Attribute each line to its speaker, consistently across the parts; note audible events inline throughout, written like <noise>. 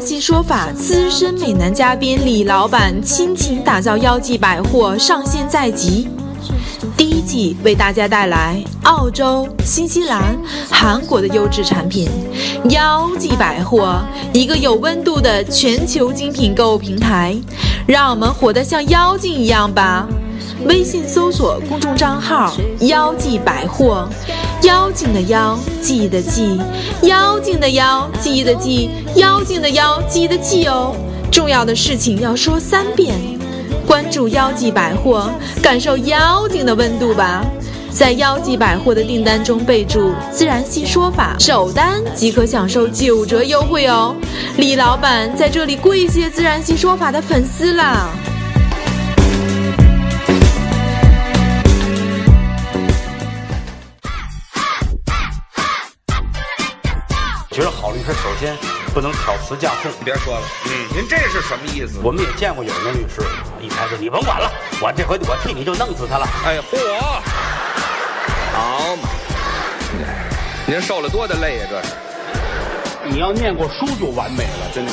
Speaker 1: 新说法，资深美男嘉宾李老板亲情打造妖姬百货上线在即。第一季为大家带来澳洲、新西兰、韩国的优质产品，妖姬百货，一个有温度的全球精品购物平台，让我们活得像妖精一样吧！微信搜索公众账号“妖姬百货”，妖精的妖，记得记，妖精的妖，记得记，妖精的妖，记得记哦！重要的事情要说三遍。关注妖记百货，感受妖精的温度吧。在妖记百货的订单中备注“自然系说法”，首单即可享受九折优惠哦。李老板在这里跪谢自然系说法的粉丝啦！
Speaker 2: 觉得好的律师首先不能挑词架空，
Speaker 3: 别说了，嗯，您这是什么意思？
Speaker 2: 我们也见过有那律师，一开始你甭管了，我这回我替你就弄死他了。
Speaker 3: 哎，嚯！好嘛，您受了多大累呀、这是。
Speaker 2: 你要念过书就完美了，真的。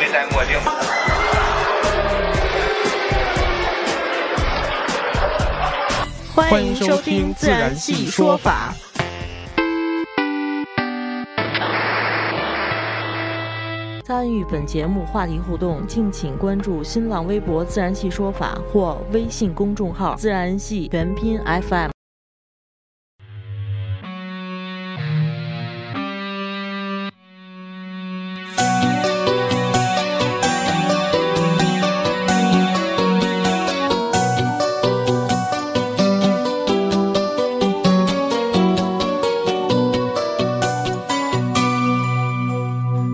Speaker 3: 没戴墨镜。
Speaker 4: 欢迎收听《自然系说法》。参与本节目话题互动，敬请关注新浪微博“自然系说法”或微信公众号“自然系全拼 FM”。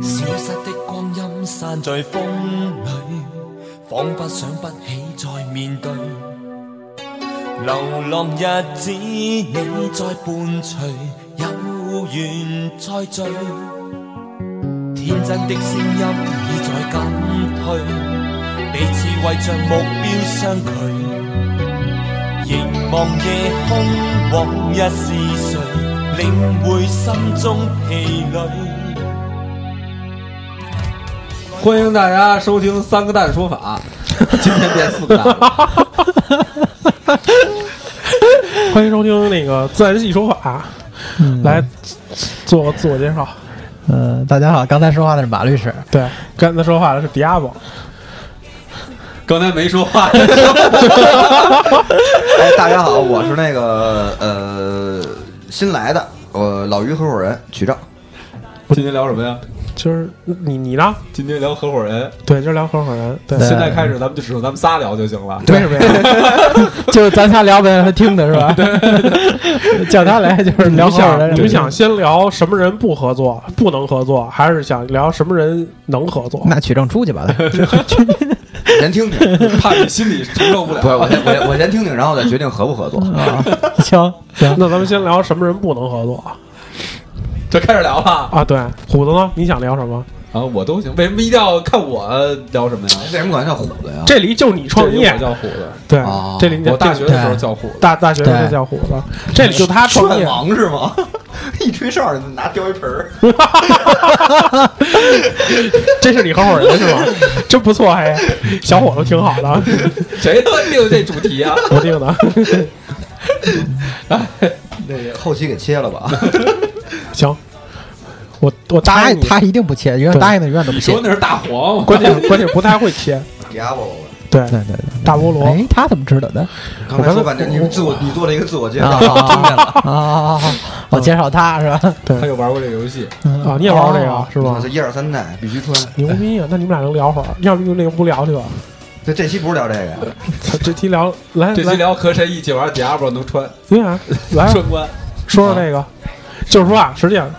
Speaker 5: 消失的光阴散在风里，仿佛想不起再面对。流浪日子你在伴随，有缘再聚。天真的声音已在减退，彼此为着目标相距。凝望夜空，往日是谁，领会心中疲累。
Speaker 6: 欢迎大家收听《三个蛋说 <laughs> 法》，今天变四个蛋了，
Speaker 7: 欢迎收听那个自然系说法，来做个自我介绍。
Speaker 8: 嗯，大家好，刚才说话的是马律师，
Speaker 7: 对，刚才说话的是迪亚宝，
Speaker 6: 刚才没说话。 <laughs>
Speaker 9: 哎，大家好，我是那个呃新来的，我老于合伙人曲照。
Speaker 6: 今天聊什么呀？
Speaker 7: 就是你你呢？
Speaker 6: 今天聊合伙人。
Speaker 7: 对，就是聊合伙人。对，
Speaker 6: 现在开始，咱们就只有咱们仨聊就行了。
Speaker 8: 为什么呀？
Speaker 7: <laughs>
Speaker 8: 就是咱仨聊呗，他听的是吧？叫他来就是聊
Speaker 7: 你
Speaker 8: 好
Speaker 7: 想
Speaker 8: 人，
Speaker 7: 你们想先聊什么人不合作、不能合作，还是想聊什么人能合作？
Speaker 8: 那取证出去吧，
Speaker 9: 先
Speaker 2: <laughs>
Speaker 9: 听听，
Speaker 6: 怕你心里承受不了。
Speaker 9: 不是我先我先我先听听，然后再决定合不合作。
Speaker 8: 行行，
Speaker 7: 那咱们先聊什么人不能合作
Speaker 6: 这开始聊了
Speaker 7: 啊？对，虎子呢？你想聊什么？
Speaker 6: 啊！我都行，为什么一定要看我聊什么呀？
Speaker 9: <laughs> 为什么管他叫虎子呀？
Speaker 7: 啊这里就你创业
Speaker 6: 我，叫虎子，
Speaker 7: 对
Speaker 9: 哦，
Speaker 7: 这里你
Speaker 6: 我大学的时候
Speaker 8: 对
Speaker 6: 叫虎子。
Speaker 7: 大大学生就叫虎子，这里就他创
Speaker 9: 涮
Speaker 7: 业。
Speaker 9: 王是吗？ <laughs> 一吹哨拿貂皮盆儿，
Speaker 7: 这是你合伙人是吧？ <laughs> 真不错，嘿，小伙子挺好的，
Speaker 6: 谁他妈定这主题啊？
Speaker 7: 我定的。 <laughs>
Speaker 9: 后期给切了吧。
Speaker 7: 行，我我答
Speaker 8: 他
Speaker 7: 应你。
Speaker 8: 他一定不切，永远
Speaker 7: 对
Speaker 8: 答应的永远都
Speaker 6: <laughs>
Speaker 8: 不
Speaker 6: 你
Speaker 8: 切
Speaker 6: 说。那是大黄，
Speaker 7: 关键关键不太会
Speaker 8: <laughs>
Speaker 7: 切，
Speaker 9: Diablo，
Speaker 7: 对，
Speaker 8: 对对对，
Speaker 7: 大菠萝
Speaker 8: 哎，他怎么知道的？
Speaker 9: 刚才说半天，你们自我你做了一个自我介绍， <laughs>
Speaker 8: 啊
Speaker 9: 听见了。
Speaker 8: 啊啊！我介绍他是吧？
Speaker 6: <laughs> 他又玩过这游戏。
Speaker 7: 啊，你也玩过这
Speaker 8: 哦
Speaker 7: 个是
Speaker 9: 我
Speaker 7: 吗
Speaker 9: 这？一二三代必须穿。
Speaker 7: 牛逼啊！那你们俩能聊会儿，要不就那个不聊去吧。
Speaker 9: 这这期不是聊这个呀？
Speaker 7: 操这期聊来
Speaker 6: 这期
Speaker 7: 来，
Speaker 6: 聊和谁一起玩 Diablo 能穿
Speaker 7: 对啊，来啊
Speaker 6: 穿关？
Speaker 7: 说说这个，就是说啊，实际上，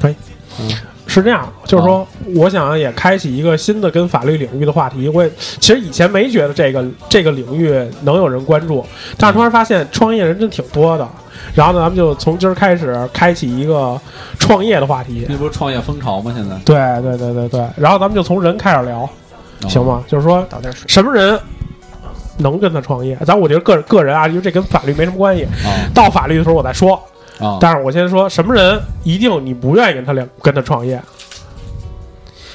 Speaker 7: 哎，
Speaker 6: 嗯
Speaker 7: 是这样，就是说，我想也开启一个新的跟法律领域的话题。我也其实以前没觉得这个这个领域能有人关注，但是突然发现创业人真挺多的。然后呢，咱们就从今儿开始开启一个创业的话题。
Speaker 6: 这不是创业风潮吗？现在
Speaker 7: 对对对对对，然后咱们就从人开始
Speaker 6: 哦
Speaker 7: 聊，行？吗？就是说
Speaker 9: 倒点水。
Speaker 7: 什么人能跟他创业？咱我觉得个个人啊，因为这跟法律没什么关系，
Speaker 6: 啊
Speaker 7: 到法律的时候我再说。
Speaker 6: 啊！
Speaker 7: 但是我先说，什么人一定你不愿意跟他聊跟他创业？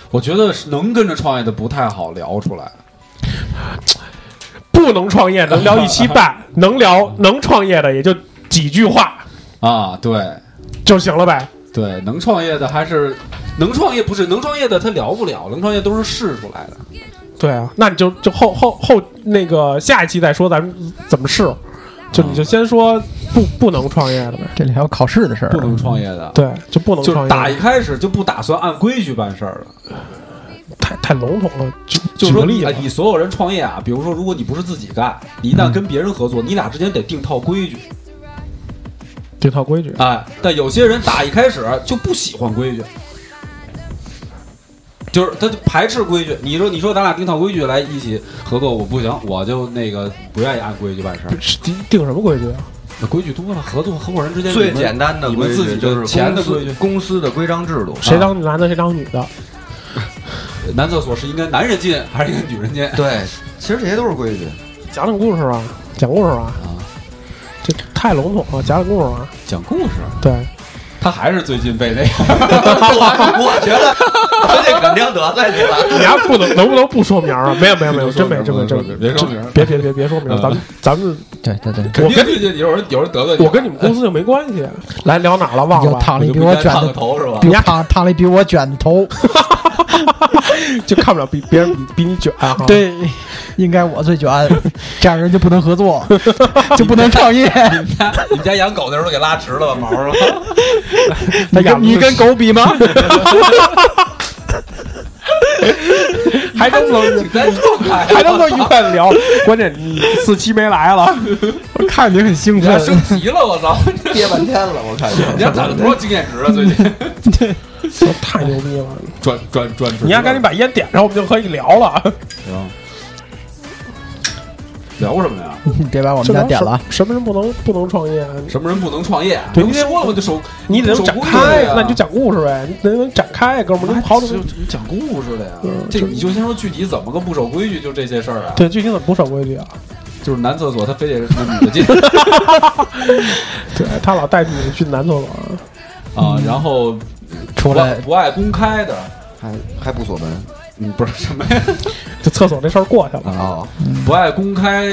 Speaker 6: 我觉得是能跟着创业的不太好聊出来。
Speaker 7: 不能创业能聊一
Speaker 6: <laughs>
Speaker 7: 期半，能聊能创业的也就几句话
Speaker 6: 啊，对
Speaker 7: 就行了呗。
Speaker 6: 对，能创业的还是能创业，不是能创业的他聊不了，能创业都是试出来的。
Speaker 7: 对啊，那你就就后后后那个下一期再说咱们怎么试，就你就先说不不能创业的呗。
Speaker 8: 这里还有考试的事儿
Speaker 6: 不，能创业的，
Speaker 7: 对，就不能
Speaker 6: 就
Speaker 7: 创
Speaker 6: 是
Speaker 7: 业，
Speaker 6: 打一开始就不打算按规矩办事儿了。
Speaker 7: 太太笼统了，举
Speaker 6: 就是
Speaker 7: 举
Speaker 6: 说
Speaker 7: 个例
Speaker 6: 啊
Speaker 7: 子，
Speaker 6: 你所有人创业啊，比如说，如果你不是自己干，你一
Speaker 7: 嗯
Speaker 6: 旦跟别人合作，你俩之间得定套规矩。
Speaker 7: 这套规矩。
Speaker 6: 哎，但有些人打一开始就不喜欢规矩，就是他就排斥规矩。你说，你说咱俩定套规矩来一起合作，我不行，我就那个不愿意按规矩办事儿。
Speaker 7: 是定定什么规矩啊？
Speaker 6: 那规矩多了，合作合伙人之间
Speaker 9: 最
Speaker 6: 你们
Speaker 9: 简单的
Speaker 6: 你
Speaker 9: 规
Speaker 6: 们自己
Speaker 9: 矩就是
Speaker 6: 的
Speaker 9: 公
Speaker 6: 钱的
Speaker 9: 司
Speaker 6: 规矩。
Speaker 9: 公司的规章制度。
Speaker 7: 谁
Speaker 9: 啊
Speaker 7: 当男的，谁当女的？
Speaker 6: 男厕所是应该男人进还是应该女人进？
Speaker 9: 啊对，其实这些都是规 <laughs> 矩。
Speaker 7: 讲讲故事吧，讲故事吧，
Speaker 6: 啊，
Speaker 7: 这太笼统了，讲讲故事吧。
Speaker 6: 讲故事，
Speaker 7: 对，
Speaker 6: 他还是最近被那个
Speaker 9: 我我觉得他这肯定得罪你了。
Speaker 7: 你还不能能不能不说名儿啊？没有没有没有，
Speaker 6: 不说
Speaker 7: 真
Speaker 6: 名
Speaker 7: 没
Speaker 6: 儿
Speaker 7: 真没
Speaker 6: 不说
Speaker 7: 真
Speaker 6: 名儿
Speaker 7: 没
Speaker 6: 别说名儿嗯
Speaker 7: 别别别别说名儿，咱们咱们
Speaker 8: 对对对，
Speaker 7: 我跟
Speaker 6: 最近有人有人得罪你，
Speaker 7: 我跟你们公司就没关
Speaker 6: <laughs>
Speaker 7: 系。来聊哪儿了？忘
Speaker 8: 又
Speaker 7: 了吧，
Speaker 8: 烫了
Speaker 6: 你就
Speaker 8: 一比
Speaker 6: 不
Speaker 8: 我
Speaker 6: 该
Speaker 8: 卷
Speaker 6: 烫个
Speaker 8: 的，
Speaker 6: 头是吧？
Speaker 8: 又烫烫了一比我卷的头，
Speaker 7: 就看不了比
Speaker 6: <laughs>
Speaker 7: 别人比比你卷啊。
Speaker 8: <laughs> 对，应该我最卷，这样人就不能合作，就不能创业。
Speaker 6: 你们家你们家养狗的时候给拉直了吧毛是吧？
Speaker 7: 他
Speaker 8: 你
Speaker 7: 养
Speaker 8: 跟你跟狗比吗？
Speaker 7: 还能不能
Speaker 6: 咱就看 <laughs>
Speaker 7: 还能不能愉快的聊？关键你四期没来了，
Speaker 8: <laughs> 我看你很兴奋
Speaker 6: 他，升级了，我操！
Speaker 9: <laughs> 憋半天了，我看
Speaker 6: 你家攒了多少经验值啊？最近
Speaker 7: 太牛逼了！
Speaker 6: <laughs> 转转转
Speaker 7: 你要赶紧把烟点上，我们就可以聊了。
Speaker 6: 行。聊什么呀？
Speaker 8: 你别把我
Speaker 7: 就
Speaker 8: 们
Speaker 7: 聊
Speaker 8: 家点了
Speaker 7: 什。，什么人不能不能创业啊？
Speaker 6: 什么人不能创业？
Speaker 7: 对
Speaker 6: 你说了吗？就手
Speaker 7: 你得
Speaker 6: 手
Speaker 7: 能展
Speaker 6: 工
Speaker 7: 开
Speaker 6: 业啊，
Speaker 7: 那你就讲故事呗，你得能展开，哥们儿，能好
Speaker 6: 就
Speaker 7: 久没
Speaker 6: 就讲故事的呀
Speaker 7: 嗯。
Speaker 6: 这
Speaker 7: 就
Speaker 6: 你就先说具体怎么个不守规矩，就这些事儿啊。
Speaker 7: 对剧情怎么不守规
Speaker 6: <laughs>
Speaker 7: 矩啊？
Speaker 6: 就是男厕所他非得是女
Speaker 7: <laughs>
Speaker 6: 的进
Speaker 7: 对他老带你去男厕所，
Speaker 6: 啊，然后
Speaker 8: 出
Speaker 6: 不
Speaker 8: 来
Speaker 6: 爱不爱公开的，
Speaker 9: 还还不锁门
Speaker 6: 嗯，不是什么呀？
Speaker 7: 这厕所这事儿过去了。
Speaker 9: 啊？
Speaker 6: 不爱公开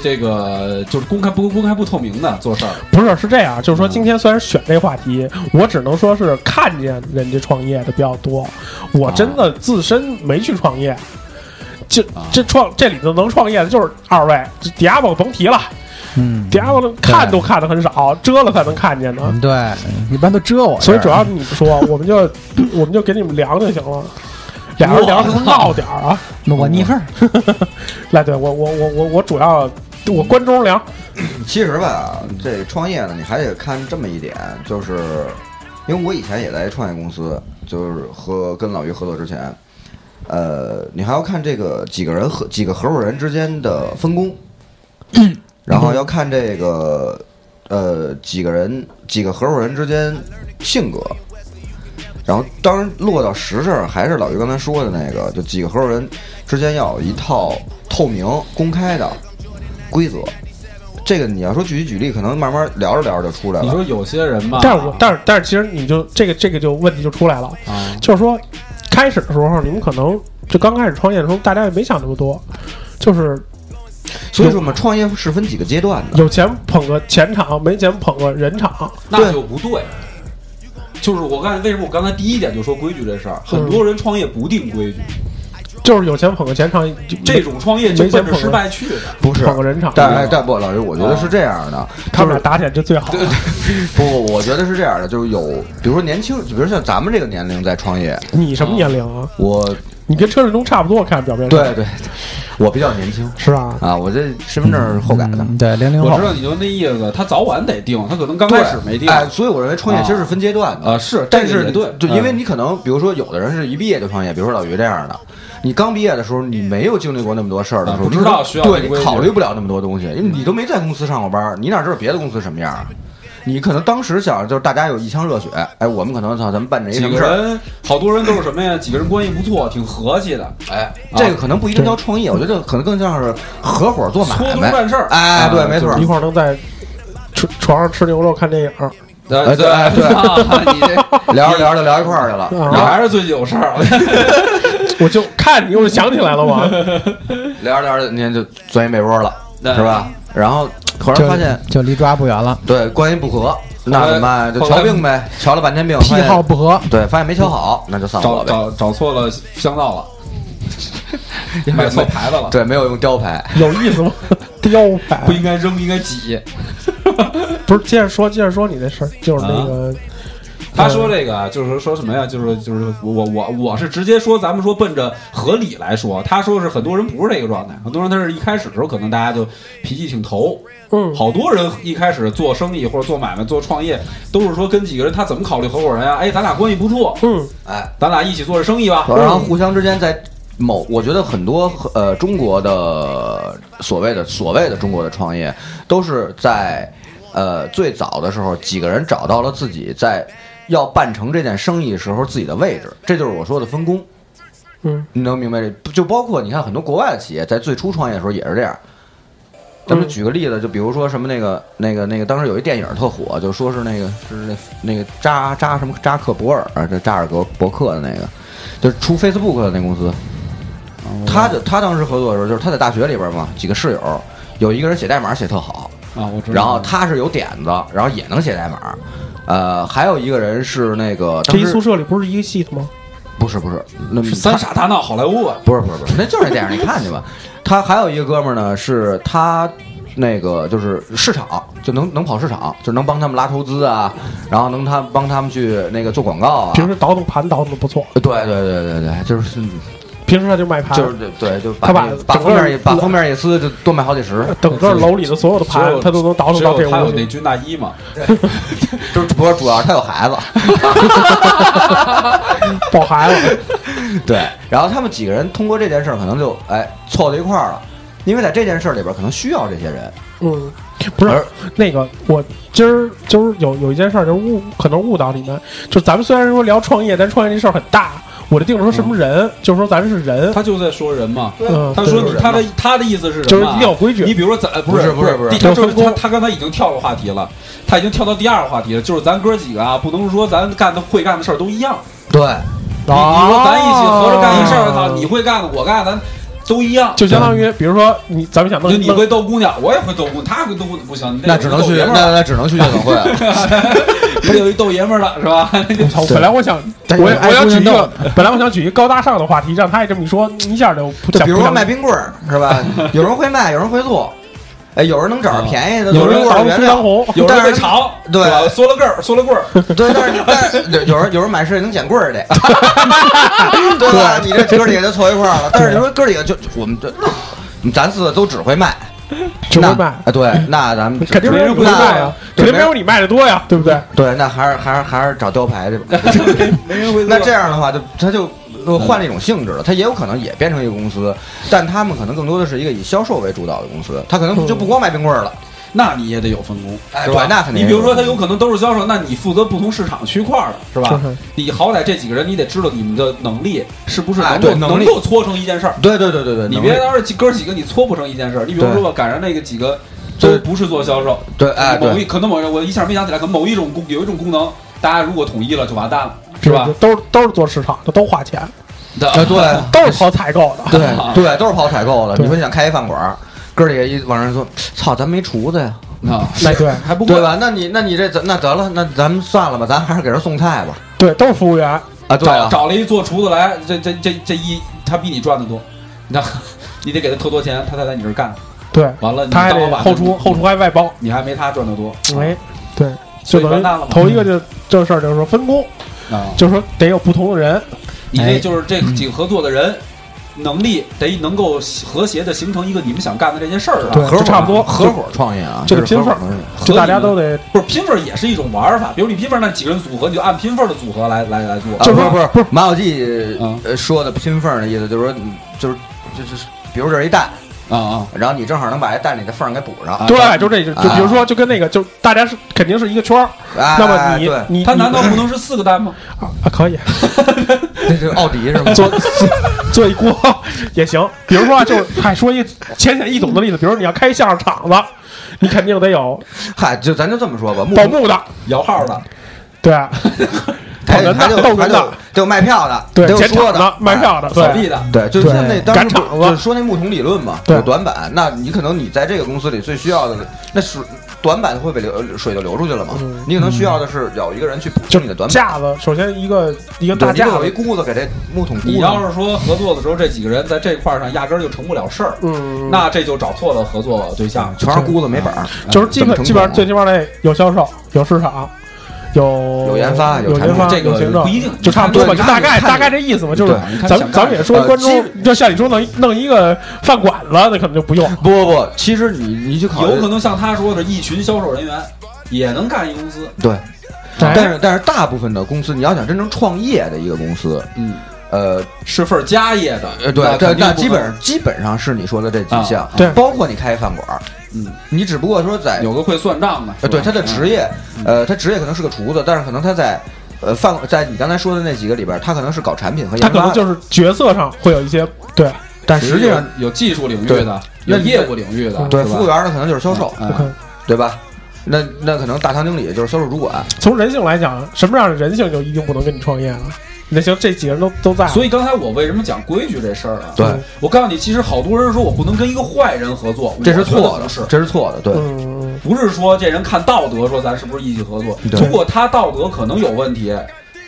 Speaker 6: 这个就是公开不公开不透明的做事儿。
Speaker 7: 不是，是这样，就是说
Speaker 6: 嗯
Speaker 7: 今天虽然选这话题，我只能说是看见人家创业的比较多，我真
Speaker 6: 啊
Speaker 7: 的自身没去创业。这这创这里头能创业的就是二位，这 Diablo 甭提了
Speaker 8: 嗯，
Speaker 7: ，Diablo 看都看的很少，遮了才能看见呢。
Speaker 8: 对，一般都遮我这儿。
Speaker 7: 所
Speaker 9: 哎
Speaker 7: 以主要是你们说，我们就 <clears throat> 我们就给你们量就行了。俩人聊是不是闹点儿啊？
Speaker 8: 那我逆份儿，
Speaker 7: 来，对我我我我我主要我关中聊，
Speaker 9: 啊其实吧，这创业呢，你还得看这么一点，就是因为我以前也在创业公司，就是和跟老于合作之前，呃，你还要看这个几个人合几个合伙人之间的分工，然后要看这个呃几个人几个合伙人之间性格。然后，当然落到实事儿，还是老于刚才说的那个，就几个合伙人之间要有一套透明、公开的规则。这个你要说具体举例，可能慢慢聊着聊着就出来
Speaker 6: 你
Speaker 9: 了。
Speaker 6: 说有些人啊吧，
Speaker 7: 但是我但是但是其实你就这个这个就问题就出来了，
Speaker 6: 啊，
Speaker 7: 就是说，开始的时候你们可能就刚开始创业的时候，大家也没想那么多，就是
Speaker 9: 所以说嘛，创业是分几个阶段的。
Speaker 7: 有钱捧个钱场，没钱捧个人场。
Speaker 6: 那就不对。就是我刚才为什么我刚才第一点就说规矩这
Speaker 7: 嗯
Speaker 6: 事儿，很多人创业不定规矩，
Speaker 7: 就是有钱捧个钱场，就
Speaker 6: 这种创业就奔着失败去的。
Speaker 9: 不是
Speaker 7: 捧个人场。
Speaker 9: 但哎，但不，老师，我觉得是这样的，
Speaker 7: 他
Speaker 9: 就
Speaker 7: 们
Speaker 9: 是
Speaker 7: 俩打起来这最好。
Speaker 9: 不，我觉得是这样的，就是有，比如说年轻，比如像咱们这个年龄在创业，
Speaker 7: 你什么年龄啊？
Speaker 9: 我
Speaker 7: 你跟车振东差不多，看表面上
Speaker 9: 对对，我比较年轻
Speaker 7: 是吧？
Speaker 9: 啊，我这身份证是后改的，
Speaker 8: 嗯对，零零
Speaker 6: 我
Speaker 8: 后
Speaker 6: 知，道你就那意思，他早晚得定，他可能刚
Speaker 9: 对
Speaker 6: 开始没定。
Speaker 9: 哎，所以我认为创业其实是分阶段的。
Speaker 6: 啊，是，
Speaker 9: 但
Speaker 6: 这个
Speaker 9: 是
Speaker 6: 也对，
Speaker 9: 就因为
Speaker 6: 嗯
Speaker 9: 你可能，比如说有的人是一毕业就创业，比如说老于这样的，你刚毕业的时候，你没有经历过那么多事儿的时候，
Speaker 6: 啊不知道需要
Speaker 9: 对
Speaker 6: 这
Speaker 9: 你
Speaker 6: 规矩嗯
Speaker 9: 考虑不了那么多东西，因为你都没在公司上过班儿，你哪知道别的公司什么样啊？你可能当时想就是大家有一腔热血，哎，我们可能操，咱们办这一
Speaker 6: 几
Speaker 9: 什
Speaker 6: 个
Speaker 9: 么事儿，
Speaker 6: 人，好多人都是什么呀？几个人关系不错，挺和气的。哎，
Speaker 9: 这个可能不一定叫创业，我觉得可能更像是合伙做
Speaker 6: 搓
Speaker 9: 买
Speaker 6: 堆
Speaker 9: 卖
Speaker 6: 办事儿
Speaker 9: 哎，
Speaker 6: 啊
Speaker 9: 对，没
Speaker 6: 就
Speaker 9: 错
Speaker 6: 是
Speaker 7: 一。块儿能在床床上吃牛肉看电影，
Speaker 6: 呃
Speaker 9: 哎对哎对，你这
Speaker 6: <laughs>
Speaker 9: 聊着聊着聊一块儿去了，
Speaker 6: 嗯
Speaker 7: 啊
Speaker 9: 你还是最近有事儿， <laughs>
Speaker 7: 我 <laughs> 就看你，我就想起来了嘛。
Speaker 9: 聊着聊着您就钻一被窝了，
Speaker 8: 对
Speaker 9: 是吧？然后突然发现
Speaker 8: 就离抓不远了，
Speaker 9: 对关系不和，那怎么办？就瞧病呗，瞧了半天病，
Speaker 8: 癖
Speaker 9: 发现
Speaker 8: 好不合，
Speaker 9: 对，发现没瞧好，那就算
Speaker 6: 找
Speaker 9: 了呗。
Speaker 6: 找找错了香
Speaker 9: <laughs>
Speaker 6: 皂了，买错牌子了，
Speaker 9: 对，没有用雕牌，
Speaker 7: 有意思吗？ <laughs> 雕牌
Speaker 6: 不应该扔，应该挤。
Speaker 7: 不是，接着说，接着说你那事儿，就是那个，
Speaker 6: 他说这个啊，就是说什么呀？就是就是我我我是直接说，咱们说奔着合理来说，他说是很多人不是这个状态，很多人他是一开始的时候可能大家就脾气挺头，
Speaker 7: 嗯，
Speaker 6: 好多人一开始做生意或者做买卖、做创业，都是说跟几个人他怎么考虑合伙人啊？哎，咱俩关系不错，
Speaker 7: 嗯，
Speaker 9: 哎，
Speaker 6: 咱俩一起做这生意吧。嗯
Speaker 9: 然后互相之间在某，我觉得很多呃中国的所谓的所谓的中国的创业，都是在呃最早的时候几个人找到了自己在要办成这件生意时候自己的位置，这就是我说的分工。
Speaker 7: 嗯，
Speaker 9: 你能明白这？就包括你看很多国外的企业在最初创业的时候也是这样。咱们举个例子，就比如说什么那个、那个、那个，当时有一电影特火，就说是那个是那那个扎扎什么扎克伯尔，这扎尔格伯克的那个，就是出 Facebook 的那公司。
Speaker 7: 哦
Speaker 9: 他就他当时合作的时候，就是他在大学里边嘛，几个室友，有一个人写代码写特好，
Speaker 6: 啊，我知道。
Speaker 9: 然后他是有点子，然后也能写代码，呃，还有一个人是那个
Speaker 7: 这
Speaker 9: 当
Speaker 7: 一宿
Speaker 9: 时
Speaker 7: 舍里不是一个系统吗？
Speaker 9: 不是不是，那
Speaker 6: 是三傻大闹好莱坞啊，
Speaker 9: 不是不是不是，那就是那电影，你看去吧。他还有一个哥们儿呢，是他那个就是市场就能能跑市场，就能帮他们拉投资啊，然后能他帮他们去那个做广告啊。
Speaker 7: 平时倒腾盘倒腾的不错，
Speaker 9: 对对对对对，就是
Speaker 7: 平时他就卖盘，
Speaker 9: 就是对对，就
Speaker 7: 他
Speaker 9: 把那个把
Speaker 7: 把整个
Speaker 9: 封面一把封面一撕，就多卖好几十，
Speaker 7: 整个楼里的所有的
Speaker 6: 只
Speaker 7: 盘
Speaker 6: 有
Speaker 7: 他都能倒腾
Speaker 6: 只
Speaker 7: 到这
Speaker 6: 有他
Speaker 7: 屋
Speaker 6: 有那
Speaker 7: 去。
Speaker 6: 军大衣嘛，
Speaker 9: 就是不是主要是他有 <laughs> 孩子。
Speaker 7: 抱孩子，
Speaker 9: 对，然后他们几个人通过这件事儿，可能就哎凑到一块儿了，因为在这件事儿里边儿可能需要这些人。
Speaker 7: 嗯，不是
Speaker 9: 而
Speaker 7: 那个，我今儿就是有有一件事儿，就是误可能误导你们，就咱们虽然说聊创业，但创业这事儿很大，我的定说什么人，就是说咱是人，
Speaker 6: 他就在说人嘛。
Speaker 7: 嗯，
Speaker 6: 他
Speaker 7: 对
Speaker 6: 说你他的他的意思是什
Speaker 7: 就是
Speaker 6: 么
Speaker 7: 一
Speaker 6: 啊
Speaker 7: 定要有规矩
Speaker 6: 你，比如说咱呃
Speaker 9: 不
Speaker 6: 是
Speaker 9: 是
Speaker 6: 不
Speaker 9: 不是不是
Speaker 6: 第他就是
Speaker 7: 分工
Speaker 6: 他他刚才已经跳了话题了，他已经跳到第二个话题了，就是咱哥几个啊，不能说咱干的会干的事儿都一样。
Speaker 9: 对，
Speaker 6: 你你
Speaker 8: 啊
Speaker 6: 说咱一起合着干一事儿，
Speaker 7: 哦
Speaker 6: 操，你会干的我干的，咱都一样。
Speaker 7: 就相当于比如说你咱们想
Speaker 6: 就
Speaker 7: 弄
Speaker 6: 你会逗姑娘，我也会逗姑娘，他会逗姑娘不行，你得
Speaker 9: 那只能去
Speaker 6: 有一
Speaker 9: 那
Speaker 6: 逗爷们儿
Speaker 9: 那嗯只能去夜总会 <laughs> 了。
Speaker 6: <laughs> 你得有一逗爷们儿了，是吧？ <laughs>
Speaker 7: 我操！本来我想，我我
Speaker 8: 爱
Speaker 7: 要
Speaker 8: 出
Speaker 7: 举
Speaker 8: 运
Speaker 7: 一个
Speaker 8: 动，
Speaker 7: 本来我想举一个高大上的话题，让他也这么一说，一下就不
Speaker 9: 就
Speaker 7: 想
Speaker 9: 比如
Speaker 7: 不
Speaker 9: 说
Speaker 7: 想
Speaker 9: 卖冰棍儿是 <laughs> 吧？有人会卖，有人会做，哎，有人能找着便宜的，
Speaker 6: 有人
Speaker 9: 人
Speaker 7: 倒
Speaker 9: 找着
Speaker 7: 腾
Speaker 9: 原
Speaker 7: 非常
Speaker 9: 料。
Speaker 7: 红，
Speaker 6: 有人会
Speaker 9: 但是
Speaker 6: 尝，
Speaker 9: 对
Speaker 6: 是吧缩了个儿，缩
Speaker 9: <laughs>
Speaker 6: 了棍儿，
Speaker 9: 对，但是但是有有人有人买是能捡棍儿的， <laughs> 对吧？你这哥几个就凑一块儿了。但是你说哥几个就就我们这，咱四个都只会 <laughs> 卖，
Speaker 7: 只会
Speaker 9: 那
Speaker 7: 卖，
Speaker 9: 啊 <laughs> 对，那咱们
Speaker 7: 肯定没有你卖啊，
Speaker 9: 对
Speaker 7: 肯
Speaker 9: 没
Speaker 7: 定没
Speaker 9: 人
Speaker 7: 有你卖的多呀，对不对？
Speaker 9: 对，那还是还是还是找雕牌去 <laughs> 吧。
Speaker 6: 没人会做
Speaker 9: 那这样的话，就它就呃换了一种性质了。它也有可能也变成一个公司，但他们可能更多的是一个以销售为主导的公司。它可能就不光卖冰棍儿了。
Speaker 6: 那你也得有分工，
Speaker 9: 哎
Speaker 6: 是吧？
Speaker 9: 对那肯定
Speaker 6: 你比如说，
Speaker 9: 有
Speaker 6: 他有可能都是销售，那你负责不同市场区块儿的是吧
Speaker 7: 是是？
Speaker 6: 你好歹这几个人，你得知道你们的能力是不是
Speaker 9: 哎
Speaker 6: 能够
Speaker 9: 对能
Speaker 6: 能
Speaker 9: 力
Speaker 6: 够搓成一件事儿。
Speaker 9: 对对对对对，
Speaker 6: 你
Speaker 9: 能
Speaker 6: 别
Speaker 9: 力
Speaker 6: 到时候哥几个你搓不成一件事儿。你比如说吧，赶上那个几个
Speaker 9: 对
Speaker 6: 都不是做销售，
Speaker 9: 对哎
Speaker 6: 某一
Speaker 9: 对
Speaker 6: 可能某一我一下没想起来，可能某一种功有一种功能，大家如果统一了就完蛋了，是吧？？
Speaker 7: 都是都是做市场的，都花钱，
Speaker 9: 啊 <laughs> 对。
Speaker 7: 都是跑采购 <laughs> 的。
Speaker 9: 对
Speaker 6: 啊
Speaker 9: 对，都是跑采购的。
Speaker 7: 对
Speaker 9: 你说你想开一饭馆儿，哥儿几个一往上说，操，咱没厨子呀，
Speaker 6: 啊，
Speaker 7: 那
Speaker 6: <laughs>
Speaker 7: 对
Speaker 6: 还不
Speaker 9: 对
Speaker 6: 过
Speaker 9: 吧？那你那你这咱那得了，那咱们算了吧，咱还是给人送菜吧。
Speaker 7: 对，都是服务员，
Speaker 9: 啊，对
Speaker 6: 找
Speaker 9: 啊，
Speaker 6: 找了一做厨子来，这这这这一他比你赚的多，那 <laughs> 你得给他特多钱，他才在你这儿干。
Speaker 7: 对，
Speaker 6: 完了，你
Speaker 7: 他还
Speaker 6: 当
Speaker 7: 得
Speaker 6: 嗯老板
Speaker 7: 后厨，后厨还外包。
Speaker 6: 你还没他赚的多。
Speaker 7: 哎，对，
Speaker 6: 所
Speaker 7: 就
Speaker 6: 以
Speaker 7: 等
Speaker 6: 完蛋了嘛
Speaker 7: 于头一个就这事儿就是说分工，
Speaker 6: 啊，
Speaker 7: 就是说得有不同的人，
Speaker 6: 你
Speaker 9: 哎
Speaker 6: 这就是这几个合作的人。能力得能够和谐的形成一个你们想干的这件事儿啊，
Speaker 7: 对
Speaker 9: 合伙
Speaker 7: 就差不多
Speaker 9: 合伙创业啊，
Speaker 7: 就
Speaker 9: 这
Speaker 7: 是
Speaker 9: 是
Speaker 7: 拼
Speaker 9: 合
Speaker 7: 缝
Speaker 9: 伙
Speaker 7: 儿
Speaker 9: 创业。
Speaker 7: 就大家都得
Speaker 6: 不是拼缝儿也是一种玩法，比如你拼缝儿那几个人组合，你就按拼缝儿的组合来来来做。
Speaker 9: 啊
Speaker 7: 就是
Speaker 9: 不是
Speaker 7: 说
Speaker 9: 不是不是，马小记呃
Speaker 6: 啊
Speaker 9: 呃说的拼缝儿的意思就是说，嗯就是就是就是，比如这是一蛋，
Speaker 6: 啊啊，
Speaker 9: 然后你正好能把这蛋里的缝儿给补上。啊
Speaker 7: 对，就这就就比如说，就跟那个，就大家是肯定是一个圈儿。
Speaker 9: 哎
Speaker 7: 那么你
Speaker 9: 对
Speaker 7: 你
Speaker 6: 它难道不能是四个蛋吗？
Speaker 7: 啊？可以 <laughs>
Speaker 9: 那是奥迪是吗？
Speaker 7: 做 <laughs> 做做一锅也行。比如说，啊，就是嗨，说一浅显易懂的例子，比如你要开一相声场子，你肯定
Speaker 9: <laughs>
Speaker 7: 得有
Speaker 9: 嗨，就咱就这么说吧，
Speaker 7: 保
Speaker 9: 木
Speaker 7: 木的，
Speaker 6: 摇号的，
Speaker 7: 对吧，
Speaker 9: 还有
Speaker 7: 捧哏的
Speaker 9: 还有
Speaker 7: 逗哏
Speaker 9: 还
Speaker 7: 的
Speaker 9: 有就卖票的，哎
Speaker 7: 对
Speaker 9: 得，有
Speaker 7: 捡
Speaker 9: 说
Speaker 7: 场的、卖票的、
Speaker 6: 扫
Speaker 7: 对。
Speaker 6: 地的，
Speaker 9: 对，就
Speaker 7: 对
Speaker 9: 像那当
Speaker 7: 赶
Speaker 9: 时
Speaker 7: 场
Speaker 9: 不
Speaker 7: 子
Speaker 9: 就是说那木桶理论嘛，
Speaker 7: 对
Speaker 9: 有短板，那你可能你在这个公司里最需要的那水短板会被流水就流出去了嘛，你可能需要的是有一个人去补
Speaker 7: 嗯就
Speaker 9: 充你的短板，
Speaker 7: 架子，首先一个一个
Speaker 9: 对，
Speaker 7: 大
Speaker 9: 你得
Speaker 7: 架
Speaker 9: 有一
Speaker 7: 子，
Speaker 9: 箍子给这木桶箍
Speaker 6: 你
Speaker 9: 上
Speaker 6: 要。是说合作的时候，这几个人在这块儿上压根儿就成不了事儿，
Speaker 9: 啊
Speaker 7: 嗯，
Speaker 6: 那这就找错了合作对象。
Speaker 9: 全是箍子没板儿，
Speaker 7: 就是基
Speaker 9: 怎么成
Speaker 7: 本基本上
Speaker 9: 功啊
Speaker 7: 最起码得有销售、有市场、有
Speaker 9: 有研发有
Speaker 7: 有
Speaker 9: 产
Speaker 7: 研
Speaker 9: 品
Speaker 7: 发、
Speaker 6: 这个
Speaker 7: 有行政
Speaker 6: 不一定
Speaker 7: 就差不多吧，
Speaker 6: 你
Speaker 7: 就
Speaker 6: 看
Speaker 7: 大概
Speaker 6: 你看
Speaker 7: 大概这意思嘛，就是
Speaker 6: 对你看
Speaker 7: 咱
Speaker 6: 想
Speaker 7: 们咱们
Speaker 6: 干
Speaker 7: 也说
Speaker 9: 呃
Speaker 7: 观
Speaker 9: 基
Speaker 7: 众，就像你说弄一弄一个饭馆子，那可能就不用。
Speaker 9: 不不不，其实你你去考虑
Speaker 6: 有可能像他说的，一群销售人员也能干一公司。
Speaker 9: 对，
Speaker 7: 哎
Speaker 9: 但是但是大部分的公司，你要想真正创业的一个公司，
Speaker 6: 嗯，
Speaker 9: 呃
Speaker 6: 是份儿家业的，
Speaker 9: 呃，对，这
Speaker 6: 肯定
Speaker 9: 那
Speaker 6: 不
Speaker 9: 基本
Speaker 6: 能
Speaker 9: 上基本上是你说的这几
Speaker 6: 啊
Speaker 9: 项，
Speaker 7: 对
Speaker 9: 包括你开饭馆儿，
Speaker 6: 嗯，
Speaker 9: 你只不过说在
Speaker 6: 有个会算账的，是
Speaker 9: 呃，
Speaker 6: 吧
Speaker 9: 对他的职业，
Speaker 6: 嗯
Speaker 9: 呃，他职业可能是个厨子，但是可能他在呃饭在你刚才说的那几个里边儿，他可能是搞产品和
Speaker 7: 他
Speaker 9: 研
Speaker 7: 可能
Speaker 9: 发，
Speaker 7: 就是角色上会有一些对，
Speaker 9: 但
Speaker 6: 嗯
Speaker 9: 实际上
Speaker 6: 有技术领域
Speaker 9: 对
Speaker 6: 的，
Speaker 9: 那
Speaker 6: 有
Speaker 9: 你
Speaker 6: 业务领域的，
Speaker 9: 对
Speaker 6: 是吧
Speaker 9: 服务员呢可能就是销售，
Speaker 6: 嗯
Speaker 7: 不可能
Speaker 9: 对吧？那那可能大堂经理就是销售主管，
Speaker 7: 从人性来讲，什么样的人性就一定不能跟你创业了。那行，这几个人都都在啊了，
Speaker 6: 嗯所以刚才我为什么讲规矩这事儿啊？
Speaker 9: 对，
Speaker 6: 我告诉你，其实好多人说我不能跟一个坏人合作，
Speaker 9: 这是
Speaker 6: 嗯我觉得
Speaker 9: 错的
Speaker 6: 不是，
Speaker 9: 这是错的，对。
Speaker 7: 嗯，
Speaker 6: 不是说这人看道德说咱是不是一起合作？
Speaker 9: 对
Speaker 6: 如果他道德可能有问题，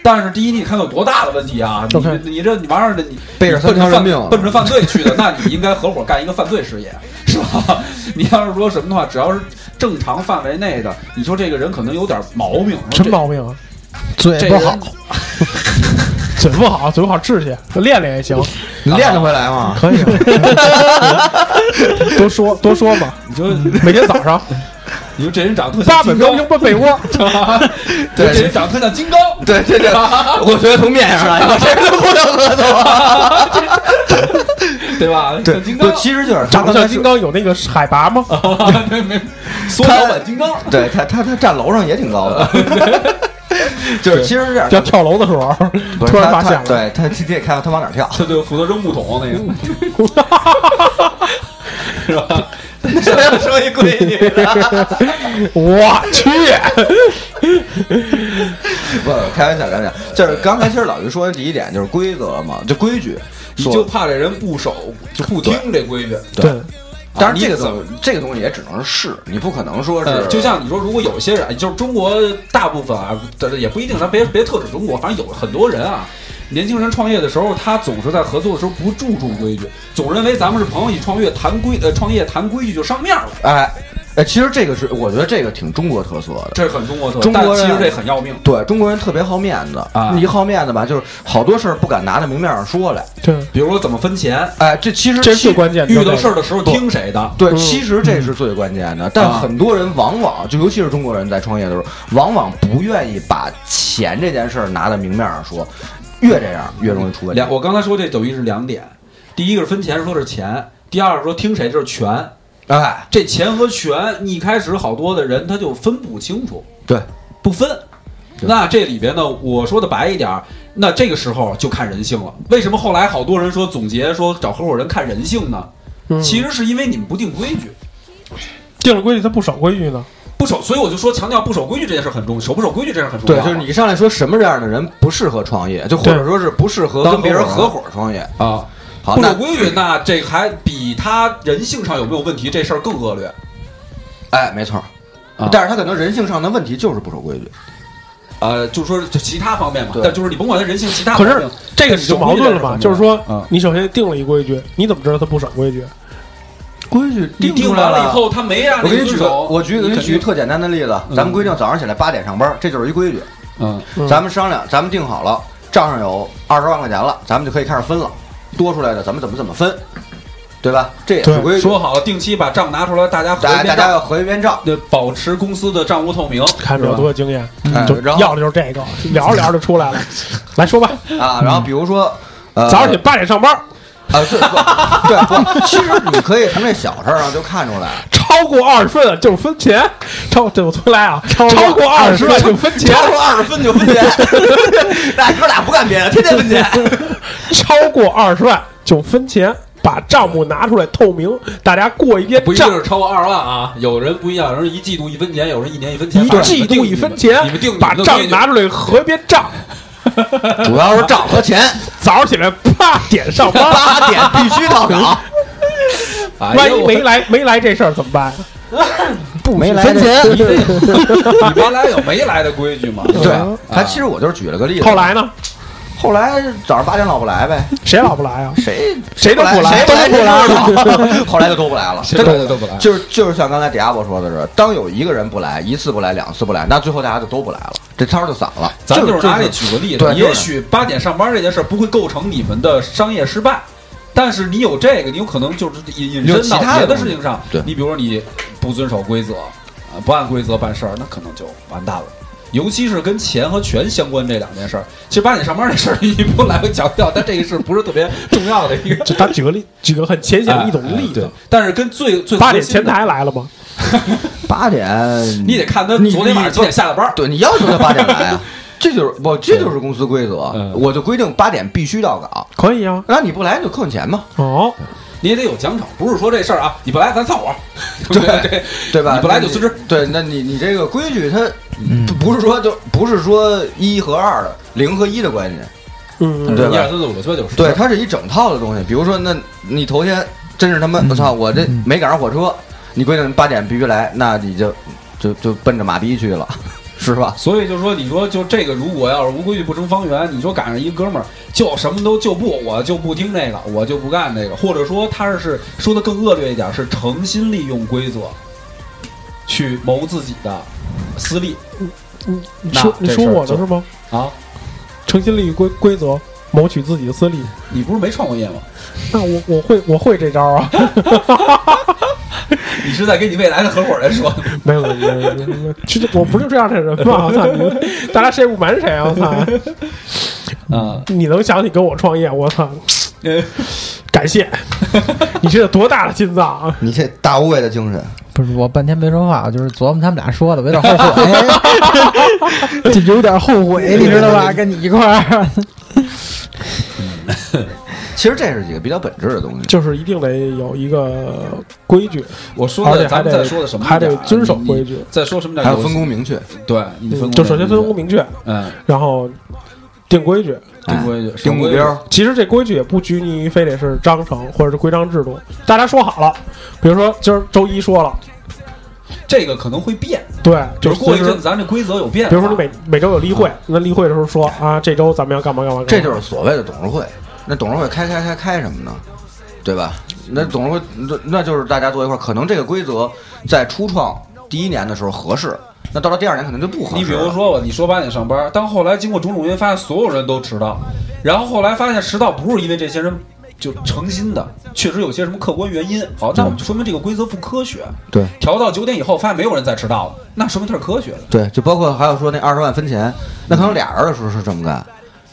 Speaker 6: 但是第一，你看有多大的问题啊！你
Speaker 7: OK
Speaker 6: 你这你玩意儿的，你
Speaker 9: 背着三
Speaker 6: 奔着
Speaker 9: 条人
Speaker 6: 犯
Speaker 9: 命
Speaker 6: 奔着犯罪去的，那你应该合伙干一个犯罪事业，是吧？ <laughs> 你要是说什么的话，只要是正常范围内的，你说这个人可能有点毛病，
Speaker 7: 什么毛病啊？
Speaker 8: 嘴
Speaker 6: 这
Speaker 8: 不
Speaker 6: 人
Speaker 8: 好，
Speaker 7: 嘴不好，嘴不好治去，练练也行，
Speaker 9: 你练得回来 <laughs> 吗？
Speaker 7: 可以。多说多说嘛，
Speaker 6: 你说
Speaker 7: 每天早上
Speaker 6: 你说这人长得特
Speaker 7: 八
Speaker 6: 像金
Speaker 7: 本标
Speaker 6: 刚
Speaker 7: 兵，奔被窝，
Speaker 6: <laughs> 你说这人长得特像金刚，
Speaker 9: 对，这这，我觉得从面上来说，这都不能合作。
Speaker 6: <laughs>
Speaker 9: 啊
Speaker 6: 对吧？像金刚，
Speaker 9: 其实就是他
Speaker 7: 长得
Speaker 9: 刚才说
Speaker 7: 像金，刚有那个海拔吗？
Speaker 6: <laughs> 啊对没缩小版金刚，
Speaker 9: 对他他他站楼上也挺高的，就是其实是这样，
Speaker 7: 要跳楼的时候，
Speaker 9: 不是
Speaker 7: 突然
Speaker 9: 他
Speaker 7: 发现
Speaker 9: 他
Speaker 7: 了，
Speaker 9: 对他你得看他往哪儿跳。
Speaker 6: 他就负责扔木桶那
Speaker 9: <laughs>
Speaker 6: 个，是吧？
Speaker 9: 要 <laughs> 说一闺女，
Speaker 7: 我去，
Speaker 9: 不开玩笑，开玩笑，就是刚才其实老于说的第一点就是规则嘛，就规矩，
Speaker 6: 你
Speaker 9: 说
Speaker 6: 就怕这人不守就不听这规矩。
Speaker 7: 对，
Speaker 9: 当然这个
Speaker 6: 怎
Speaker 9: 东这个东西也只能是试，你不可能说
Speaker 6: 呃
Speaker 9: 是，
Speaker 6: 就像你说，如果有些人，就是中国大部分啊，但也不一定，咱别别特指中国，反正有很多人啊，年轻人创业的时候，他总是在合作的时候不注重规矩，总认为咱们是朋友一起创业谈规呃创业谈规矩就上面了，
Speaker 9: 哎，哎，其实这个是我觉得这个挺中国特色的。
Speaker 6: 这是很中国特色。
Speaker 9: 中国
Speaker 6: 但
Speaker 9: 人
Speaker 6: 其实这很要命。
Speaker 9: 对中国人特别好面子
Speaker 6: 啊
Speaker 9: 一好面子吧，就是好多事儿不敢拿到明面上说来。
Speaker 8: 嗯
Speaker 7: 对，
Speaker 6: 比如说怎么分钱，
Speaker 9: 哎，这其实
Speaker 7: 这是最
Speaker 9: 其
Speaker 7: 关键的。
Speaker 6: 遇到事儿的时候听谁的，
Speaker 9: 对，
Speaker 7: 嗯
Speaker 9: 其实这是最关键的。但
Speaker 6: 啊
Speaker 9: 很多人往往就尤其是中国人在创业的时候，往往不愿意把钱这件事儿拿到明面上说，越这样越容易出问题
Speaker 6: 两，。我刚才说这等于是两点，第一个是分钱，说是钱；第二个说听谁就是权。
Speaker 9: 哎，
Speaker 6: 这钱和权，你一开始好多的人他就分不清楚，
Speaker 9: 对，
Speaker 6: 不分。
Speaker 9: 对
Speaker 6: 那这里边呢，我说的白一点儿，那这个时候就看人性了。为什么后来好多人说总结说找合伙人看人性呢？
Speaker 7: 嗯
Speaker 6: 其实是因为你们不定规矩，
Speaker 7: 定了规矩，他不守规矩呢。
Speaker 6: 不守，所以我就说强调不守规矩这件事很重要，守不守规矩这件事很重
Speaker 9: 对，
Speaker 6: 要。
Speaker 9: 就是你上来说什么样的人不适合创业，就或者
Speaker 7: 对
Speaker 9: 说是不适合
Speaker 6: 当
Speaker 9: 跟别人
Speaker 6: 合
Speaker 9: 合
Speaker 6: 伙
Speaker 9: 伙创业。
Speaker 6: 啊，
Speaker 9: 好，
Speaker 6: 不守
Speaker 9: 那
Speaker 6: 规矩，那这还比他人性上有没有问题这事儿更恶劣。
Speaker 9: 哎，没错儿
Speaker 6: 啊。
Speaker 9: 但是他可能人性上的问题就是不守规矩，
Speaker 6: 呃，就说就其他方面嘛，
Speaker 9: 对
Speaker 6: 但就是你甭管他人性其他
Speaker 7: 可
Speaker 6: 方
Speaker 7: 是
Speaker 6: 面，
Speaker 7: 这个你就矛盾了嘛，就
Speaker 6: 嗯
Speaker 7: 是说，你首先定了一规矩，你怎么知道他不守规矩？
Speaker 9: 规矩
Speaker 6: 你定
Speaker 9: 出
Speaker 6: 完
Speaker 9: 来
Speaker 6: 了以。后他没让
Speaker 9: 我
Speaker 6: 你
Speaker 9: 给你
Speaker 6: 遵
Speaker 9: 举个，
Speaker 6: 守，
Speaker 9: 我举个给你
Speaker 6: 肯
Speaker 9: 举
Speaker 6: 定
Speaker 9: 个特简单的例子，咱们规定早上起来八点上班，这就是一规矩。
Speaker 6: 嗯
Speaker 7: 嗯
Speaker 9: 咱们商量，咱们定好了，账上有二十万块钱了，咱们就可以开始分了，多出来的咱们怎么怎么分，对吧？这也是
Speaker 7: 对
Speaker 9: 规矩。哎
Speaker 6: 说好了定期把账拿出来，大家合
Speaker 9: 大家
Speaker 6: 一
Speaker 9: 大
Speaker 6: 遍
Speaker 9: 家
Speaker 6: 账，
Speaker 9: 要合一遍账，
Speaker 6: 对，保持公司的账务透明，
Speaker 7: 看着有多有经验，
Speaker 6: 嗯
Speaker 9: 哎
Speaker 7: 就
Speaker 9: 然后
Speaker 7: 要的就是这个，
Speaker 9: <laughs>
Speaker 7: 聊着聊着就出来了。来说吧，
Speaker 6: 嗯
Speaker 9: 啊，然后比如说，呃，
Speaker 7: 早上起八点上班，
Speaker 9: 啊，对不 <laughs> 对不，其实你可以从这小事儿啊上就看出 <laughs> 来，
Speaker 7: 超过二十分就是分钱，超这我重来啊，超过二十万就分钱，
Speaker 9: 超过二十分就分 <laughs> 钱，那哥俩不干别的，天天分钱。
Speaker 7: 超过二十万就分钱，把账目拿出来透明，大家过一遍
Speaker 6: 不一定
Speaker 7: 账。
Speaker 6: 是超过二十万啊，有人不一样，有人一季度一分钱，有人一年一分钱，
Speaker 7: 一
Speaker 9: 啊
Speaker 6: 反正
Speaker 7: 季度一分钱
Speaker 6: 你们定，
Speaker 7: 把账拿出来合一遍账。
Speaker 9: <laughs> <laughs> 主要是账和 <laughs> 钱，
Speaker 7: 早上起来八点上班，
Speaker 9: 八点啊必须哎到岗。
Speaker 6: 来
Speaker 7: 万一没来没来这事儿怎么办？
Speaker 9: 不没来
Speaker 8: 分钱
Speaker 9: 这
Speaker 8: <laughs>
Speaker 6: 哎你没来有没来的规矩嘛。
Speaker 9: 对，他其实我就是举了个例子。
Speaker 7: 后来呢？
Speaker 9: 后来早上八点老不来呗，
Speaker 7: 谁老不来啊？
Speaker 9: <laughs> 谁
Speaker 7: 谁都不
Speaker 9: 谁
Speaker 7: 来？
Speaker 9: 不来谁不来， <laughs> 后来就都不来了，
Speaker 6: 谁
Speaker 9: 真的
Speaker 6: 来都不来
Speaker 9: 就是就是像刚才迪亚波说的是，当有一个人不来，一次不来，两次不来，那最后大家就都不来了，这摊儿就散了。
Speaker 6: 咱
Speaker 9: 就
Speaker 6: 就是拿这
Speaker 9: 就
Speaker 6: 举个例子
Speaker 9: 对，就是
Speaker 6: 也许八点上班这件事儿不会构成你们的商业失败，但是你有这个，你有可能就是引引
Speaker 9: 有
Speaker 6: 申
Speaker 9: 其
Speaker 6: 到
Speaker 9: 他的
Speaker 6: 别的
Speaker 9: 东
Speaker 6: 事
Speaker 9: 西
Speaker 6: 情上。
Speaker 9: 对
Speaker 6: 你比如说你不遵守规则，啊，不按规则办事儿，那可能就完蛋了。尤其是跟钱和权相关这两件事儿，其实八点上班这事儿 <laughs> 你不来回强调，但这个是不是特别重要的一个 <laughs>
Speaker 7: 就咱举个例，举个很浅显易懂的例
Speaker 6: 哎
Speaker 7: 子
Speaker 6: 对。但是跟最最
Speaker 7: 八点
Speaker 6: 核心
Speaker 7: 前
Speaker 6: 的
Speaker 7: 台，来了吗？
Speaker 9: 八点，
Speaker 6: 你得看他
Speaker 9: 你
Speaker 6: 昨天晚上几点下的班儿。
Speaker 9: 对，你要求他八点来
Speaker 6: <laughs>
Speaker 9: 啊，这就是我这就是公司规则，
Speaker 6: 嗯
Speaker 9: 我就规定八点必须到岗，
Speaker 7: 可以啊。
Speaker 9: 那你不来你就扣你钱嘛，
Speaker 7: 哦，
Speaker 6: 你也得有奖惩，不是说这事儿啊，你不来咱散伙儿，对
Speaker 9: <laughs>
Speaker 6: 对
Speaker 9: 对吧？
Speaker 6: 你不来
Speaker 9: 那
Speaker 6: 就辞职。嗯
Speaker 9: 对，那你你这个规矩它不不是说就不是说一和二的零和一的关系，
Speaker 7: 嗯，
Speaker 9: 对吧
Speaker 6: 一二三四五六七八九十。
Speaker 9: 对，它是一整套的东西。比如说，那你头天真是他
Speaker 6: 嗯
Speaker 9: 妈，我操，我这没赶上火车，你规定八点必须来，那你就就就奔着马逼去了， <laughs> 是吧？
Speaker 6: 所以就说，你说就这个，如果要是无规矩不成方圆，你说赶上一哥们儿就什么都就不，我就不听这个，我就不干这个，或者说他是说的更恶劣一点，是诚心利用规则去谋自己的私利
Speaker 7: 你你
Speaker 6: 那
Speaker 7: 说你
Speaker 6: 这
Speaker 7: 说
Speaker 6: 事儿
Speaker 7: 我的
Speaker 6: 就是
Speaker 7: 吗？
Speaker 6: 啊！
Speaker 7: 诚心立于规规则，谋取自己的私利。
Speaker 6: 你不是没创过业吗？
Speaker 7: 那我我会我会这招啊！
Speaker 6: 你是在跟你未来的 <laughs> 合伙人说，
Speaker 7: <laughs> 没有没有没有没有没有， <laughs> 其实我不是这样的人嘛！我操，你们大家谁也不瞒谁啊！我操，
Speaker 6: 啊、
Speaker 7: 你能想起跟我创业，我操，
Speaker 6: 呃
Speaker 7: 感谢！你这有多大的心脏啊！
Speaker 9: 你这大无畏的精神，
Speaker 8: 不是我半天没说话，我就是琢磨他们俩说的，我有点后悔， <laughs> 就有点后悔，你知道吧？跟你一块儿，
Speaker 9: 其实这是几个比较本质的东西。
Speaker 7: 就是一定得有一个规矩，
Speaker 6: 我说
Speaker 7: 而且
Speaker 6: 的咱
Speaker 7: 还
Speaker 6: 们
Speaker 7: 得
Speaker 6: 在说的什么
Speaker 7: 还得
Speaker 6: 点儿啊
Speaker 7: 遵守
Speaker 6: 你
Speaker 7: 规矩嗯
Speaker 6: 你，在说什么叫
Speaker 9: 还有
Speaker 6: 游戏
Speaker 9: 分工，明确，
Speaker 6: 对，你分工
Speaker 7: 就首先分工
Speaker 6: 明
Speaker 7: 明确，
Speaker 6: 确，嗯，
Speaker 7: 然后定规矩。
Speaker 6: 定规矩，
Speaker 9: 哎定目标，
Speaker 7: 其实这规矩也不拘泥于非得是章程或者是规章制度，大家说好了，比如说今儿周一说了，
Speaker 6: 这个可能会变，
Speaker 7: 对，
Speaker 6: 比
Speaker 7: 就
Speaker 6: 如
Speaker 7: 是
Speaker 6: 过一阵
Speaker 7: 随
Speaker 6: 子
Speaker 7: 时
Speaker 6: 咱这规则有变化，
Speaker 7: 比如说你每每周有例会，那例会的时候说啊，这周咱们要干嘛干嘛，干嘛
Speaker 9: 这就是所谓的董事会。那董事会开开开开什么呢？对吧？那董事会那那就是大家坐一块儿，可能这个规则在初创第一年的时候合适，那到了第二年可能就不合适了。
Speaker 6: 你比如说吧，你说八点上班，当后来经过种种原因，发现所有人都迟到，然后后来发现迟到不是因为这些人就诚心的，确实有些什么客观原因。好，那我们就说明这个规则不科学。
Speaker 9: 对，
Speaker 6: 调到九点以后，发现没有人再迟到了，那说明它是科学的。
Speaker 9: 对，就包括还有说那二十万分钱，那可能俩人的时候是这么干，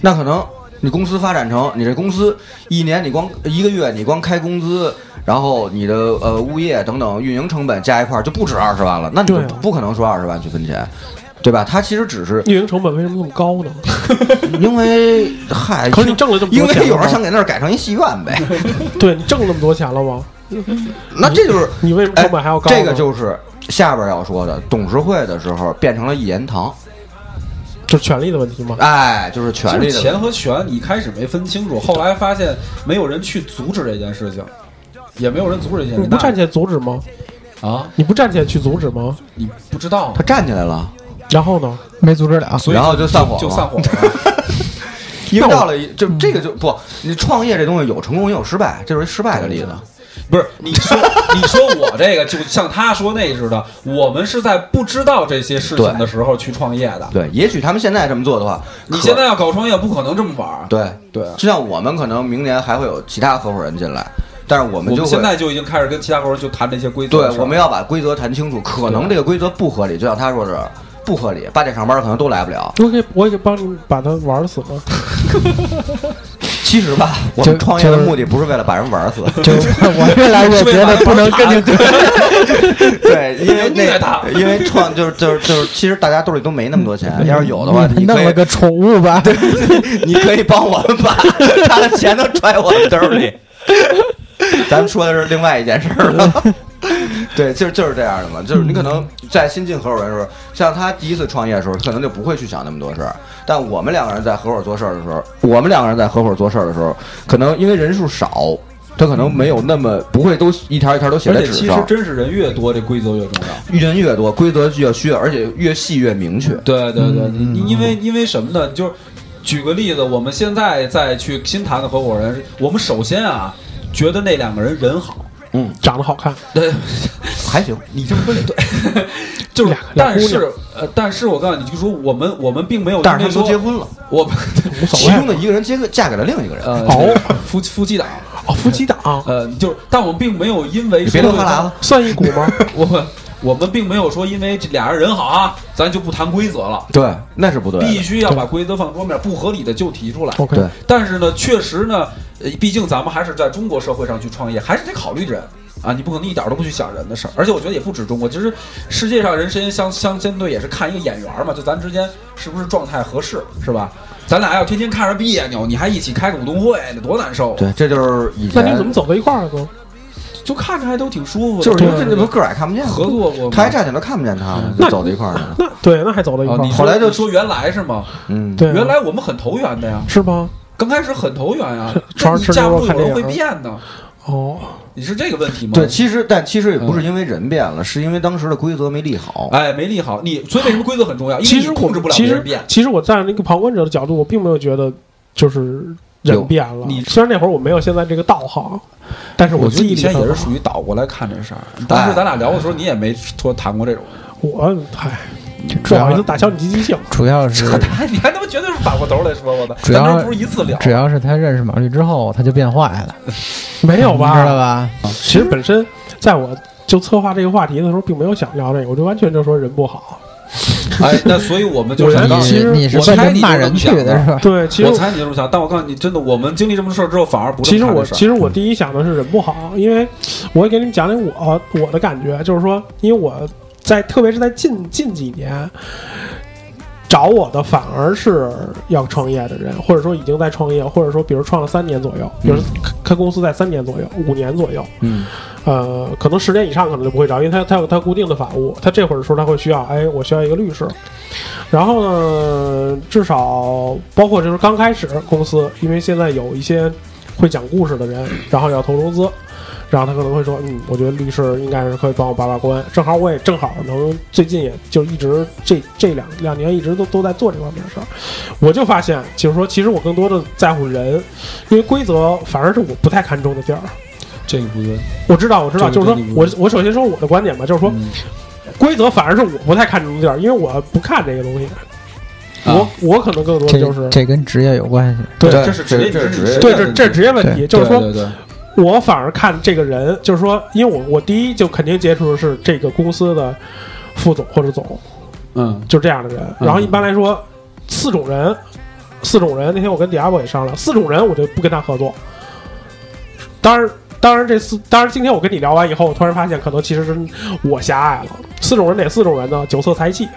Speaker 9: 那可能你公司发展成你这公司一年你光一个月你光开工资，然后你的呃物业等等运营成本加一块儿就不止二十万了，那你就
Speaker 7: 对啊
Speaker 9: 不可能说二十万去分钱，对吧？它其实只是
Speaker 7: 运营成本为什么那么高呢？ <laughs>
Speaker 9: 因为嗨，
Speaker 7: 可是你挣了这么多
Speaker 9: 因
Speaker 7: 钱了吗
Speaker 9: 为有人想给那儿改成一戏院呗， <laughs>
Speaker 7: 对你挣那么多钱了吗？
Speaker 9: 那这就是
Speaker 7: <laughs> 你为什么
Speaker 9: 哎
Speaker 7: 成本还要高呢？
Speaker 9: 这个就是下边要说的，董事会的时候变成了一言堂，
Speaker 7: 就是权利的问题嘛。
Speaker 9: 哎，就是权
Speaker 6: 就
Speaker 9: 力
Speaker 6: 是
Speaker 9: 的
Speaker 6: 钱和权，你一开始没分清楚，后来发现没有人去阻止这件事情，也没有人阻止这件事
Speaker 7: 你
Speaker 6: 情。
Speaker 7: 不站起来阻止吗？
Speaker 6: 那啊，
Speaker 7: 你不站起来去阻止吗？
Speaker 6: 你不知道
Speaker 9: 他，站起来了，
Speaker 7: 然后呢？
Speaker 8: 没阻止了。啊
Speaker 6: 所以
Speaker 9: 然后就散伙了
Speaker 6: 就散伙了。
Speaker 9: 因为到了一就这个就不，你创业这东西有成功也有失败，这是一失败的例子。
Speaker 6: 不是你 <laughs> 说你说我这个就像他说那似的，我们是在不知道这些事情的时候去创业的。
Speaker 9: 对，也许他们现在这么做的话，
Speaker 6: 你
Speaker 9: 可
Speaker 6: 现在要搞创业，不可能这么玩儿。
Speaker 9: 对，
Speaker 6: 对啊，
Speaker 9: 就像我们可能明年还会有其他合伙人进来，但是我
Speaker 6: 我
Speaker 9: 们就
Speaker 6: 们
Speaker 9: 会
Speaker 6: 现在就已经开始跟其他合伙人就谈这些规则
Speaker 9: 对
Speaker 6: 的事儿。
Speaker 9: 我们要把规则谈清楚，可能这个规则不合理，就像他说的不合理，八点上班可能都来不了。
Speaker 6: 哎
Speaker 7: 我可以，我也可以帮你把它玩死吗？
Speaker 9: 其实吧， <laughs> 我
Speaker 8: 就
Speaker 9: 们创业的目的不是为了把人 <laughs> 玩死，
Speaker 8: <laughs> 就我越来越觉得不能跟 <laughs> 你
Speaker 9: 对，因 <laughs> 为
Speaker 6: 虐他
Speaker 9: 那因为创就是就是就是，其实大家兜里都 <laughs> 没那么多钱，要是有的话，你
Speaker 8: 弄
Speaker 9: 可
Speaker 8: 了
Speaker 9: 以
Speaker 8: 个宠物吧，
Speaker 9: <laughs> 你可以帮我们把他的钱都揣我们兜
Speaker 6: <laughs>
Speaker 9: 里。咱们说的是另外一件事儿
Speaker 6: <laughs>
Speaker 9: 了。对，就是就是这样的嘛，就是你可能在新进合伙人的时候，像他第一次创业的时候，可能就不会去想那么多事儿。但我们两个人在合伙做事儿的时候，我们两个人在合伙做事儿的时候，可能因为人数少，他可能没有那么不会都一条一条都写
Speaker 6: 而
Speaker 9: 在
Speaker 6: 且
Speaker 9: 纸
Speaker 6: 其实
Speaker 9: 上。
Speaker 6: 真是人越多，这规则越重要。
Speaker 9: 人越多，规则越虚，而且越细越明确。
Speaker 6: 对对对，你因为因为什么呢？就是举个例子，我们现在再去新谈的合伙人，我们首先啊，觉得那两个人人嗯好，
Speaker 7: 长得好看，
Speaker 6: 对，
Speaker 9: 还行，
Speaker 6: 你这么说也对， <laughs> 就是
Speaker 7: 俩，俩
Speaker 6: 但
Speaker 7: 姑
Speaker 6: 是呃，但是我告诉你，就是说我们我们并没有，
Speaker 9: 但是他们都结，婚了，
Speaker 6: 我们 <laughs>
Speaker 7: 无所
Speaker 9: 其中
Speaker 7: 谓。
Speaker 9: 的一个人结个嫁给了另一个人。 <laughs>
Speaker 6: 呃
Speaker 7: 哦
Speaker 6: 夫夫妻档，
Speaker 7: 哦，夫妻档
Speaker 6: 呃，就是，但我们并没有因为
Speaker 9: 你别
Speaker 6: 说
Speaker 9: 流哈喇子，
Speaker 7: 算一股
Speaker 8: <laughs>
Speaker 7: 吗？
Speaker 6: <laughs> 我们我们并没有说因为这俩人人好啊，咱就不谈规则了。
Speaker 9: 对，那是不对的。
Speaker 6: 必须要把规则放桌面，不合理的就提出来。
Speaker 7: OK，
Speaker 9: 对
Speaker 6: 但是呢，确实呢，呃毕竟咱们还是在中国社会上去创业，还是得考虑人啊，你不可能一点都不去想人的事儿。而且我觉得也不止中国，其实世界上人之间相相相对也是看一个眼缘嘛，就咱之间是不是状态合适，是吧？咱俩要天天看着别扭，你还一起开股东会，那多难受啊！
Speaker 9: 对，这就是以
Speaker 7: 那
Speaker 9: 前
Speaker 7: 你们怎么走到一块儿了呢？
Speaker 6: 就看着还都挺舒服的，
Speaker 9: 就是因为
Speaker 6: 对
Speaker 9: 这不个儿矮看不见，
Speaker 6: 合作过吗
Speaker 9: 他还站起来看不见他，
Speaker 7: 那
Speaker 9: 就走到一块儿去了。
Speaker 7: 那对，那还走到一
Speaker 6: 啊
Speaker 7: 块，
Speaker 6: 你
Speaker 7: 儿，
Speaker 6: 说
Speaker 9: 后来就
Speaker 6: 你说原来是吗？
Speaker 9: 嗯，
Speaker 7: 对啊，
Speaker 6: 原来我们很投缘的呀，
Speaker 7: 是吗？
Speaker 6: 刚开始很投缘
Speaker 7: <laughs>
Speaker 6: 呀，
Speaker 7: 船
Speaker 6: 那你
Speaker 7: 吃
Speaker 6: 架
Speaker 7: 牛
Speaker 6: 不
Speaker 7: 肉
Speaker 6: 住
Speaker 7: 看
Speaker 6: 有
Speaker 7: 电
Speaker 6: 人
Speaker 7: 影
Speaker 6: 会变的，
Speaker 7: 哦，
Speaker 6: 你是这个问题吗？
Speaker 9: 对，其实但其实也不是因为人变了，是因为当时的规则没立好。
Speaker 6: 哎，没立好，你所以为什么规则很重要？因为
Speaker 7: 其
Speaker 6: 你
Speaker 7: 实
Speaker 6: 控制不
Speaker 7: 我
Speaker 6: 了
Speaker 7: 其
Speaker 6: 别人
Speaker 7: 实
Speaker 6: 变。
Speaker 7: 其实我站在那个旁观者的角度，我并没有觉得就是人变了。
Speaker 6: 你
Speaker 7: 虽然那会儿我没有现在这个道行，但是
Speaker 6: 我觉得
Speaker 7: 记
Speaker 6: 以
Speaker 7: 忆里
Speaker 6: 前
Speaker 7: 头
Speaker 6: 也是属于倒过来看这事儿。当时咱俩聊的时候，你也没说谈过这种，
Speaker 7: 我哎嗨，
Speaker 8: 主
Speaker 7: 不好意
Speaker 8: 要
Speaker 7: 思打消你积极性。
Speaker 8: 主要是
Speaker 6: 你还他妈绝对是反过头来说我的，
Speaker 8: 主
Speaker 6: 咱
Speaker 8: 要
Speaker 6: 们这不是一次聊。
Speaker 8: 主要是他认识马绿之后，他就变坏了，
Speaker 7: 没有
Speaker 8: 你知
Speaker 7: 吧？
Speaker 8: 道吧？
Speaker 7: 其实本身在我就策划这个话题的时候，并没有想聊这个，我就完全就说人不好。
Speaker 6: 哎，那所以我们就
Speaker 7: 我
Speaker 6: 是
Speaker 7: 觉得
Speaker 6: 当
Speaker 7: 其
Speaker 6: 时，
Speaker 7: 实
Speaker 8: 你你是
Speaker 6: 我
Speaker 8: 奔
Speaker 6: 猜
Speaker 8: 着
Speaker 6: 你
Speaker 8: 骂
Speaker 6: 就
Speaker 8: 人
Speaker 6: 能
Speaker 8: 去
Speaker 6: 想
Speaker 8: 的
Speaker 6: 到
Speaker 8: 是吧？
Speaker 7: 对，其
Speaker 6: 我
Speaker 7: 实
Speaker 6: 猜你这么想，但我告诉你，真的，我们经历这么多事儿之后，反而不
Speaker 7: 其
Speaker 6: 这
Speaker 7: 实
Speaker 6: 么看
Speaker 7: 我
Speaker 6: 这事儿嗯
Speaker 7: 其实我第一想的是人不好，因为我也给你们讲讲我我的感觉，就是说，因为我在特别是在近近几年。找我的反而是要创业的人，或者说已经在创业，或者说比如创了三年左右，比如
Speaker 6: 嗯
Speaker 7: 开开公司在三年左右、五年左右，
Speaker 9: 嗯，
Speaker 7: 呃，可能十年以上可能就不会找，因为他他有他固定的法务，他这会儿说他会需要，哎，我需要一个律师。然后呢，至少包括就是刚开始公司，因为现在有一些会讲故事的人，然后要投融资，然后他可能会说，嗯，我觉得律师应该是可以帮我把把关。正好我也正好能最近也就一直这这两两年一直都都在做这方面的事儿，我就发现就是说，其实我更多的在乎人，因为规则反而是我不太看重的地儿。
Speaker 6: 这个不对，
Speaker 7: 我知道，我知道，
Speaker 6: 这
Speaker 7: 就
Speaker 6: 个
Speaker 7: 是说
Speaker 6: 这个
Speaker 7: 我我首先说我的观点吧，就是说
Speaker 6: 嗯
Speaker 7: 规则反而是我不太看重的地儿，因为我不看这个东西，我
Speaker 6: 啊
Speaker 7: 我可能更多的就是
Speaker 8: 这这跟职业有关系，
Speaker 7: 对
Speaker 6: 这是职业，
Speaker 9: 这
Speaker 6: 是
Speaker 9: 是职业
Speaker 7: 对这这是职业问题，就是说
Speaker 6: 对对对
Speaker 7: 我反而看这个人，就是说，因为我我第一就肯定接触的是这个公司的副总或者总，
Speaker 6: 嗯，
Speaker 7: 就这样的人。
Speaker 6: 嗯
Speaker 7: 然后一般来说，四种人，四种人。那天我跟迪亚博也商量，四种人我就不跟他合作。当然，当然这四，当然今天我跟你聊完以后，我突然发现，可能其实是我狭隘了。四种人哪四种人呢？酒色财气。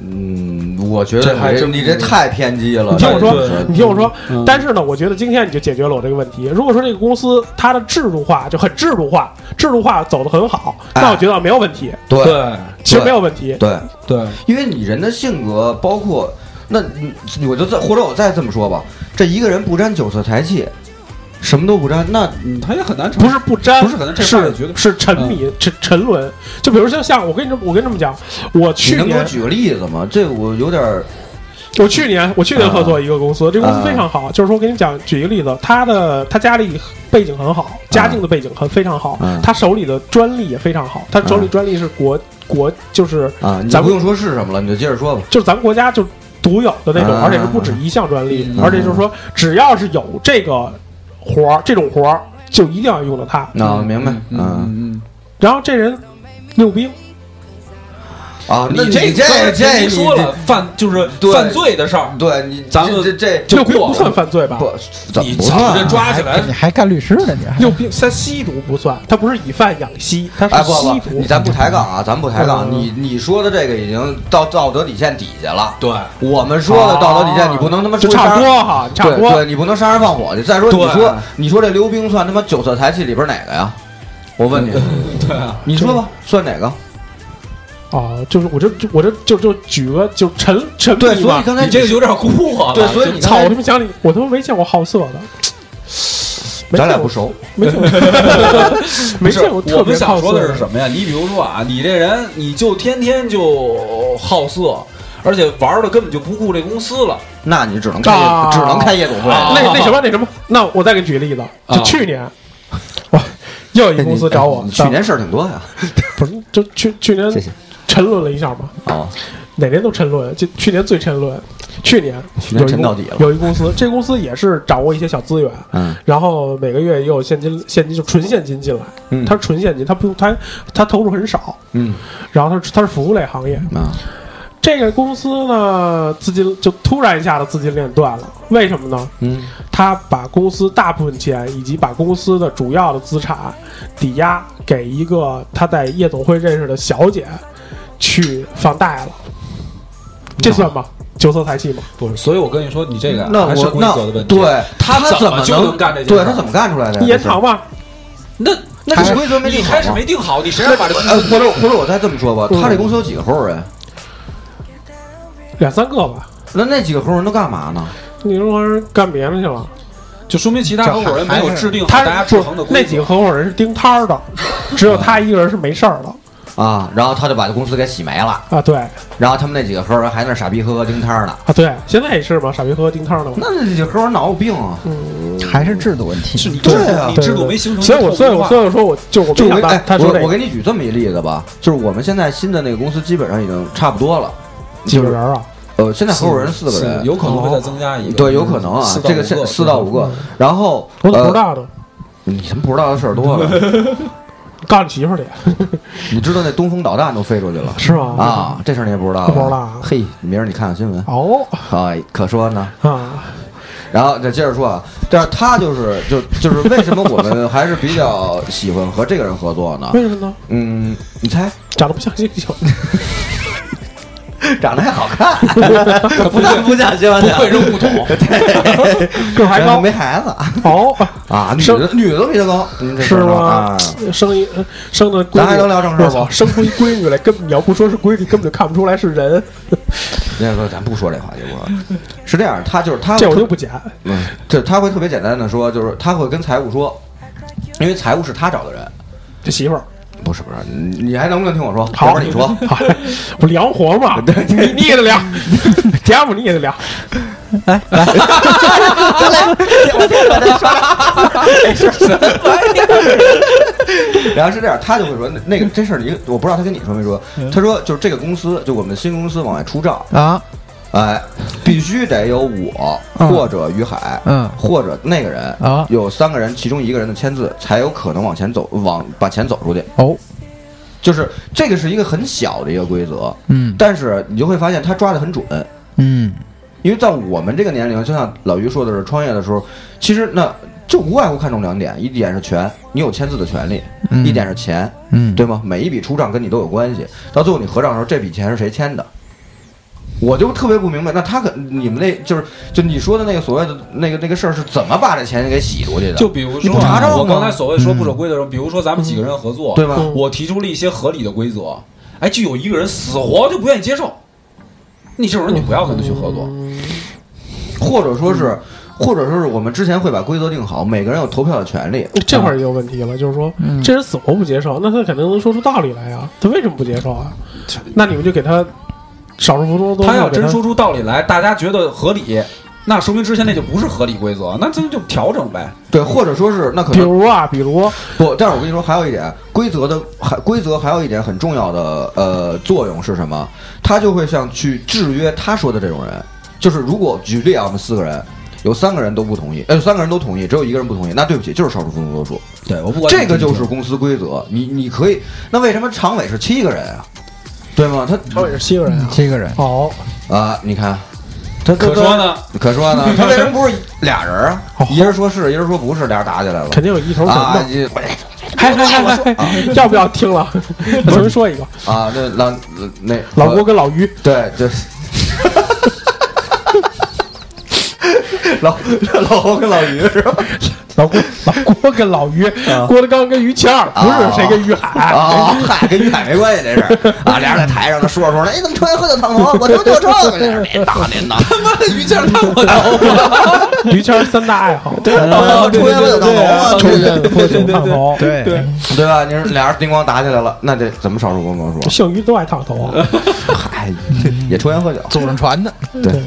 Speaker 9: 嗯，我觉
Speaker 6: 这
Speaker 9: 得
Speaker 6: 还
Speaker 9: 你
Speaker 6: 真
Speaker 9: 你这太偏激了。
Speaker 7: 你听我说
Speaker 9: 啊对对
Speaker 7: 你听我说，
Speaker 6: 嗯
Speaker 7: 但是呢，我觉得今天你就解决了我这个问题。如果说这个公司它的制度化就很制度化，制度化走得很好，
Speaker 9: 哎
Speaker 7: 那我觉得没有问题，
Speaker 9: 对
Speaker 6: 对
Speaker 7: 其实没有问题。
Speaker 9: 对，
Speaker 6: 对，
Speaker 9: 因为你人的性格，包括那你我就再或者我再这么说吧，这一个人不沾酒色财气，什么都不沾，那
Speaker 6: 嗯，他也很难承
Speaker 7: 不是不沾，
Speaker 6: 不是可能这话也觉
Speaker 7: 是
Speaker 6: 得
Speaker 7: 是沉
Speaker 9: 嗯
Speaker 7: 迷沉沉沦。就比如说像我跟你这么我跟你这么讲，我
Speaker 9: 你
Speaker 7: 去
Speaker 9: 能给我
Speaker 7: 年
Speaker 9: 举个例子吗？这我有点儿
Speaker 7: 我去年我去年合作一个公司，这个公司
Speaker 9: 啊
Speaker 7: 非常好。就是说我给你讲，举一个例子，他的他家里背景很好，家境的背景很非常好
Speaker 9: 啊，
Speaker 7: 他手里的专利也非常好，他手里专利是国国就是
Speaker 9: 啊，你
Speaker 7: 咱们
Speaker 9: 不用说是什么了，你就接着说吧。
Speaker 7: 就是咱们国家就独有的那种，
Speaker 9: 啊
Speaker 7: 而且是不止一项专利
Speaker 6: 嗯，
Speaker 7: 而且就是说只要是有这个活儿这种活儿，就一定要用到
Speaker 9: 啊
Speaker 7: 它。
Speaker 6: 嗯
Speaker 9: 啊，明白，
Speaker 6: 嗯嗯嗯，
Speaker 7: 然后这人溜冰，
Speaker 9: 啊，
Speaker 6: 那
Speaker 9: 你这这这
Speaker 6: 您说了犯就是犯罪的事儿，
Speaker 9: 对你
Speaker 6: 咱们
Speaker 9: 这这
Speaker 6: 就
Speaker 7: 六
Speaker 6: 过
Speaker 7: 冰
Speaker 6: 了
Speaker 7: 不算犯罪吧？
Speaker 9: 不怎么
Speaker 6: 你
Speaker 9: 不
Speaker 6: 瞧
Speaker 9: 算
Speaker 6: 这
Speaker 9: 啊？
Speaker 6: 抓起来
Speaker 8: 你还干律师呢？你还
Speaker 7: 六冰他吸毒不算，他不是以贩养吸，他
Speaker 9: 哎
Speaker 7: 是
Speaker 9: 不
Speaker 7: 吸
Speaker 9: 不，
Speaker 7: 毒
Speaker 9: 你。咱不抬杠啊，咱不抬杠。
Speaker 7: 嗯
Speaker 9: 你你说的这个已经到道德底线底下了。
Speaker 6: 对，
Speaker 9: 我们说的道德底线，你不能他妈
Speaker 7: 啊就
Speaker 9: 说
Speaker 7: 差不
Speaker 9: 一
Speaker 7: 多
Speaker 9: 声
Speaker 7: 哈，差不
Speaker 9: 对对，
Speaker 7: 多。
Speaker 9: 你不能杀人放火去。再说你
Speaker 6: 对
Speaker 9: 说你说这溜冰算他妈九色财气里边哪个呀？我问你，
Speaker 6: 对啊，
Speaker 9: 你说吧，算哪个？
Speaker 7: 哦，就是我这就我这就就举个就沉沉
Speaker 9: 对，
Speaker 7: 迷
Speaker 9: 所以
Speaker 7: 吧。
Speaker 9: 刚才
Speaker 6: 你这个有点过了。
Speaker 9: 对，所以你刚
Speaker 7: 操！
Speaker 9: 才
Speaker 7: 我他妈想你，我他妈没见过好色的，没
Speaker 9: 咱俩
Speaker 7: 见
Speaker 9: 不
Speaker 7: 过，
Speaker 9: 熟，
Speaker 7: 没见过，没见过特
Speaker 6: 我们
Speaker 7: 别
Speaker 6: 想
Speaker 7: 好
Speaker 6: 说
Speaker 7: 色
Speaker 6: 的是什么呀？你比如说啊，你这人你就天天就好色，而且玩的根本就不顾这公司了。
Speaker 9: 那你只能开夜
Speaker 7: 啊
Speaker 9: 只能开夜总会
Speaker 6: 啊
Speaker 9: 了。
Speaker 7: 那那什么那什么，那我再给你举例子，就去年，哇，又一公司找我
Speaker 9: 啊哎你，去年事儿挺多呀。
Speaker 7: 不是就去去年
Speaker 9: 谢谢
Speaker 7: 沉沦了一下嘛，
Speaker 9: 啊，
Speaker 7: 哪年都沉沦，就去年最沉沦，去年
Speaker 9: 去年
Speaker 7: 有一
Speaker 9: 沉
Speaker 7: 公
Speaker 9: 到底了。
Speaker 7: 有一公司，这公司也是掌握一些小资源，
Speaker 9: 嗯
Speaker 7: 然后每个月也有现金，现金就纯现金进来，
Speaker 9: 嗯
Speaker 7: 它是纯现金，它不用它它投入很少，
Speaker 9: 嗯
Speaker 7: 然后它是它是服务类行业，
Speaker 6: 嗯
Speaker 9: 啊，
Speaker 7: 这个公司呢资金就突然一下子资金链断了，为什么呢？
Speaker 9: 嗯
Speaker 7: 他把公司大部分钱以及把公司的主要的资产抵押给一个他在夜总会认识的小姐去放贷了，这算吗？酒色财气吗？
Speaker 6: 不是，所以我跟你说，你这个
Speaker 9: 那
Speaker 6: 还是
Speaker 9: 我
Speaker 6: 规
Speaker 9: 那
Speaker 6: 则的问题。
Speaker 9: 对
Speaker 6: 他
Speaker 9: 他
Speaker 6: 怎
Speaker 9: 怎
Speaker 6: 么就
Speaker 9: 能
Speaker 6: 能干这件事
Speaker 9: 对
Speaker 6: 儿
Speaker 9: 他怎么干出
Speaker 6: 哎
Speaker 9: 来的呀？
Speaker 7: 延
Speaker 9: 这事儿
Speaker 7: 长吧，
Speaker 6: 那那
Speaker 9: 他
Speaker 6: 你
Speaker 9: 是规则没
Speaker 6: 你
Speaker 9: 定好
Speaker 6: 开始
Speaker 9: 吗
Speaker 6: 没定好，你谁让把这
Speaker 9: 呃，或者或者我再这么说吧，
Speaker 7: 嗯
Speaker 9: 他这公司有几个后人？
Speaker 7: 两三个吧，
Speaker 9: 那那几个后人都干嘛呢？
Speaker 7: 你说是干别的去了。
Speaker 6: 就说明其他合伙人没有制定好
Speaker 7: 他
Speaker 6: 大家制
Speaker 7: 不
Speaker 6: 衡的规则。
Speaker 7: 那几个合伙人是盯摊儿的，只有他一个人是没事儿的
Speaker 9: 啊，然后他就把公司给洗没了，
Speaker 7: 啊。对啊，
Speaker 9: 然后他们那几个后人还在那傻逼呵呵盯摊儿呢。
Speaker 7: 对，现在也是嘛，傻逼和盯摊儿的嘛。
Speaker 9: 那那几个后人脑有病啊！
Speaker 8: 还是制度问
Speaker 6: 是
Speaker 8: 题？
Speaker 6: 你制度
Speaker 9: 对啊
Speaker 6: 你制度没形成一
Speaker 7: 所
Speaker 6: 个
Speaker 7: 以
Speaker 6: 透明
Speaker 7: 我
Speaker 6: 化，
Speaker 7: 所以我所以我说我就我
Speaker 9: 就
Speaker 7: 没
Speaker 9: 我
Speaker 7: 想
Speaker 9: 给
Speaker 7: 到
Speaker 9: 哎，
Speaker 7: 他说
Speaker 9: 我
Speaker 7: 这
Speaker 9: 我
Speaker 7: 个
Speaker 9: 给你举这么一例子吧，就是我们现在新的那个公司基本上已经差不多了，
Speaker 7: 几
Speaker 9: 就
Speaker 7: 个
Speaker 9: 是
Speaker 7: 人啊，
Speaker 9: 呃，现在合伙人
Speaker 6: 是
Speaker 9: 四个人，
Speaker 6: 有可能会再增加一个。
Speaker 9: 对，有可能啊
Speaker 6: 四，到
Speaker 9: 这个
Speaker 6: 五
Speaker 9: 是
Speaker 6: 个嗯
Speaker 9: 四到五个。然后
Speaker 7: 我怎么不知
Speaker 9: 呃
Speaker 7: 道呢？
Speaker 9: 你他妈不知道的事儿多
Speaker 7: <laughs>
Speaker 9: 了，
Speaker 7: 告诉你媳妇儿去，
Speaker 9: 你知道那东风导弹都飞出去了
Speaker 7: 是吗？
Speaker 9: 啊？这事儿你也不知道啊？
Speaker 7: 不知道啊
Speaker 9: 嘿，明儿你看看新闻
Speaker 7: 哦
Speaker 9: 啊，可说呢。
Speaker 7: 啊，
Speaker 9: 然后再接着说啊，但是他就是就就是为什么我们还是比较喜欢和这个人合作呢？
Speaker 7: 为什么呢？
Speaker 9: 嗯，你猜，
Speaker 7: 长得不像猩猩，
Speaker 9: 长得还好 <laughs> 看，不但不像猩猩，
Speaker 6: 不愧是木桶，
Speaker 7: 个儿还高
Speaker 9: 没孩子
Speaker 7: 哦，
Speaker 9: <laughs> 啊，女的女的都比他高，您这
Speaker 7: 是
Speaker 9: 知道
Speaker 7: 吗
Speaker 9: 啊？？
Speaker 7: 生一生的闺女，
Speaker 9: 咱还能聊正事儿
Speaker 7: 我操
Speaker 9: 不
Speaker 7: 生出一闺女来，根本你要不说是闺女，根本就看不出来是人。
Speaker 9: 那个咱不说这话题，不说，是这样，他就是他，
Speaker 7: 这我就不假。
Speaker 9: 嗯，这他会特别简单的说，就是他会跟财务说，因为财务是他找的人，
Speaker 7: 这媳妇儿，
Speaker 9: 不是不是，你你还能不能听我说？
Speaker 7: 好
Speaker 9: 要不然你说，
Speaker 7: <laughs>
Speaker 9: <laughs>
Speaker 7: 好我聊活嘛，你你也得聊， <laughs> 贾母你也得聊，
Speaker 9: 然后是这样，他就会说那那个这事儿你我不知道他跟你说没说，他说就是这个公司，就我们新公司往外出账，
Speaker 8: 啊，
Speaker 9: 哎，必须得有我
Speaker 8: 嗯
Speaker 9: 或者于海，
Speaker 8: 嗯
Speaker 9: 或者那个人
Speaker 8: 啊
Speaker 9: 有三个人其中一个人的签字，才有可能往前走，往把钱走出去。
Speaker 8: 哦，
Speaker 9: 就是这个是一个很小的一个规则，
Speaker 8: 嗯
Speaker 9: 但是你就会发现他抓得很准，
Speaker 8: 嗯，
Speaker 9: 因为在我们这个年龄，就像老于说的是创业的时候，其实那就无外乎看重两点，一点是权，你有签字的权利；
Speaker 8: 嗯
Speaker 9: 一点是钱，
Speaker 8: 嗯
Speaker 9: 对吗？每一笔出账跟你都有关系，到最后你合账的时候，这笔钱是谁签的？我就特别不明白，那他可你们那就是就你说的那个所谓的那个那个事儿是怎么把这钱给洗出去的？
Speaker 6: 就比如
Speaker 9: 你
Speaker 6: 说
Speaker 9: 不查
Speaker 6: 啊，嗯
Speaker 9: 账
Speaker 6: 我刚才
Speaker 9: 吗？
Speaker 6: 所谓说不守规则的时候，比如说咱们几个人合作，
Speaker 9: 对吧？
Speaker 6: 我提出了一些合理的规则，哎，就有一个人死活就不愿意接受，你这种人你不要跟他去合作。
Speaker 9: 或者说是，或者说是我们之前会把规则定好，每个人有投票的权利。
Speaker 7: 这块儿也有问题了，就是说，这人死活不接受，那他肯定能说出道理来呀、他为什么不接受啊？那你们就给他少数服从多数，
Speaker 6: 他要
Speaker 7: 给
Speaker 6: 真说出道理来，大家觉得合理，那说明之前那就不是合理规则，那咱们就调整呗。
Speaker 9: 对，或者说是那可
Speaker 7: 比
Speaker 9: 能
Speaker 7: 如啊，比如
Speaker 9: 不，但是我跟你说，还有一点，规则的还规则还有一点很重要的呃作用是什么？它就会像去制约他说的这种人，就是如果举例啊，我们四个人。有三个人都不同意，呃，三个人都同意，只有一个人不同意，那对不起，就是少数服从多数，
Speaker 6: 对我不管
Speaker 9: 这个就是公司规则。你你可以，那为什么常委是七个人啊？对吗？他
Speaker 7: 朝伟是七个人啊，
Speaker 8: 七个人
Speaker 7: 哦，
Speaker 9: 啊，你看，他
Speaker 6: 可说呢，
Speaker 9: 可说呢，他为什么不是俩人啊？一人说是，一人说不是，俩人打起来了，
Speaker 7: 肯定有一头蛇
Speaker 9: 啊
Speaker 7: 嘛。
Speaker 9: 你
Speaker 7: 还还还还，要不要听了？我重新说一个，
Speaker 9: 啊，那老那
Speaker 7: 老郭跟老于，
Speaker 9: 对对。老老侯跟老于是吧？
Speaker 7: 老郭老郭跟老于，郭德纲跟于谦儿，不是谁跟于海。
Speaker 9: 啊，嗨，跟于海没关系，这是啊，俩人在台上呢说着说着，哎，怎么突然喝酒烫头？我就就这个，连打连打，他妈的于谦烫我 <laughs>
Speaker 7: 于谦儿三大爱好，对
Speaker 9: 头，抽烟喝酒烫头啊，
Speaker 7: 抽
Speaker 9: 对
Speaker 7: 烟、喝酒、烫头，
Speaker 8: 对
Speaker 7: 对，
Speaker 9: 对吧？你说俩人叮咣打起来了，那这怎么少数服从说？
Speaker 7: 姓于都爱烫头。啊
Speaker 9: <laughs> 嗨，也抽烟喝酒，
Speaker 8: 祖上传的，
Speaker 9: 对，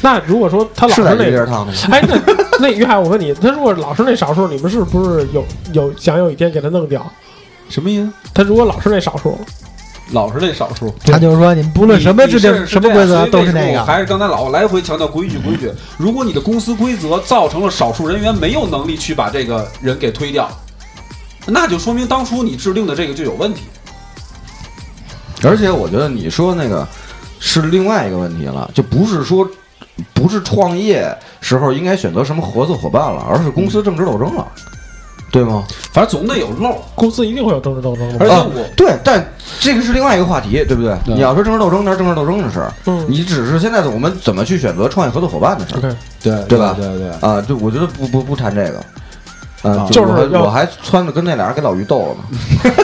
Speaker 7: 那如果说他老
Speaker 9: 是在
Speaker 7: 是
Speaker 9: 一
Speaker 7: 那
Speaker 9: 边烫的吗。
Speaker 7: 哎，那那于海，我问你，他如果老是那少数，你们是不是有有想有一天给他弄掉？
Speaker 6: 什么意思？
Speaker 7: 他如果老是那少数，
Speaker 6: 老是那少数，
Speaker 8: 他就是说你们不论什么制
Speaker 6: 你
Speaker 8: 定
Speaker 6: 是
Speaker 8: 什么规则都
Speaker 6: 是
Speaker 8: 是
Speaker 6: 这样所以为
Speaker 8: 那
Speaker 6: 什么我
Speaker 8: 个，
Speaker 6: 还是刚才老来回强调规矩规矩。如果你的公司规则造成了少数人员没有能力去把这个人给推掉，那就说明当初你制定的这个就有问题。
Speaker 9: 而且我觉得你说那个是另外一个问题了，就不是说不是创业时候应该选择什么合作伙伴了，而是公司政治斗争了，对吗？
Speaker 6: 反正总得有漏，
Speaker 7: 公司一定会有政治斗争
Speaker 6: 而
Speaker 7: 的。
Speaker 6: 且
Speaker 9: 啊
Speaker 6: 我
Speaker 9: 对，但这个是另外一个话题，对不对？
Speaker 6: 对
Speaker 9: 你要说政治斗争，那是政治斗争的事儿，
Speaker 7: 嗯
Speaker 9: 你只是现在我们怎么去选择创业合作伙伴的事儿
Speaker 7: ，OK，
Speaker 6: 对
Speaker 9: 对吧
Speaker 6: 对对，
Speaker 9: 啊？对，我觉得不不不谈这个。啊
Speaker 6: 啊，
Speaker 9: 就
Speaker 7: 就是
Speaker 9: 我还
Speaker 7: 要
Speaker 9: 我还撺着跟那俩人给老于斗了呢，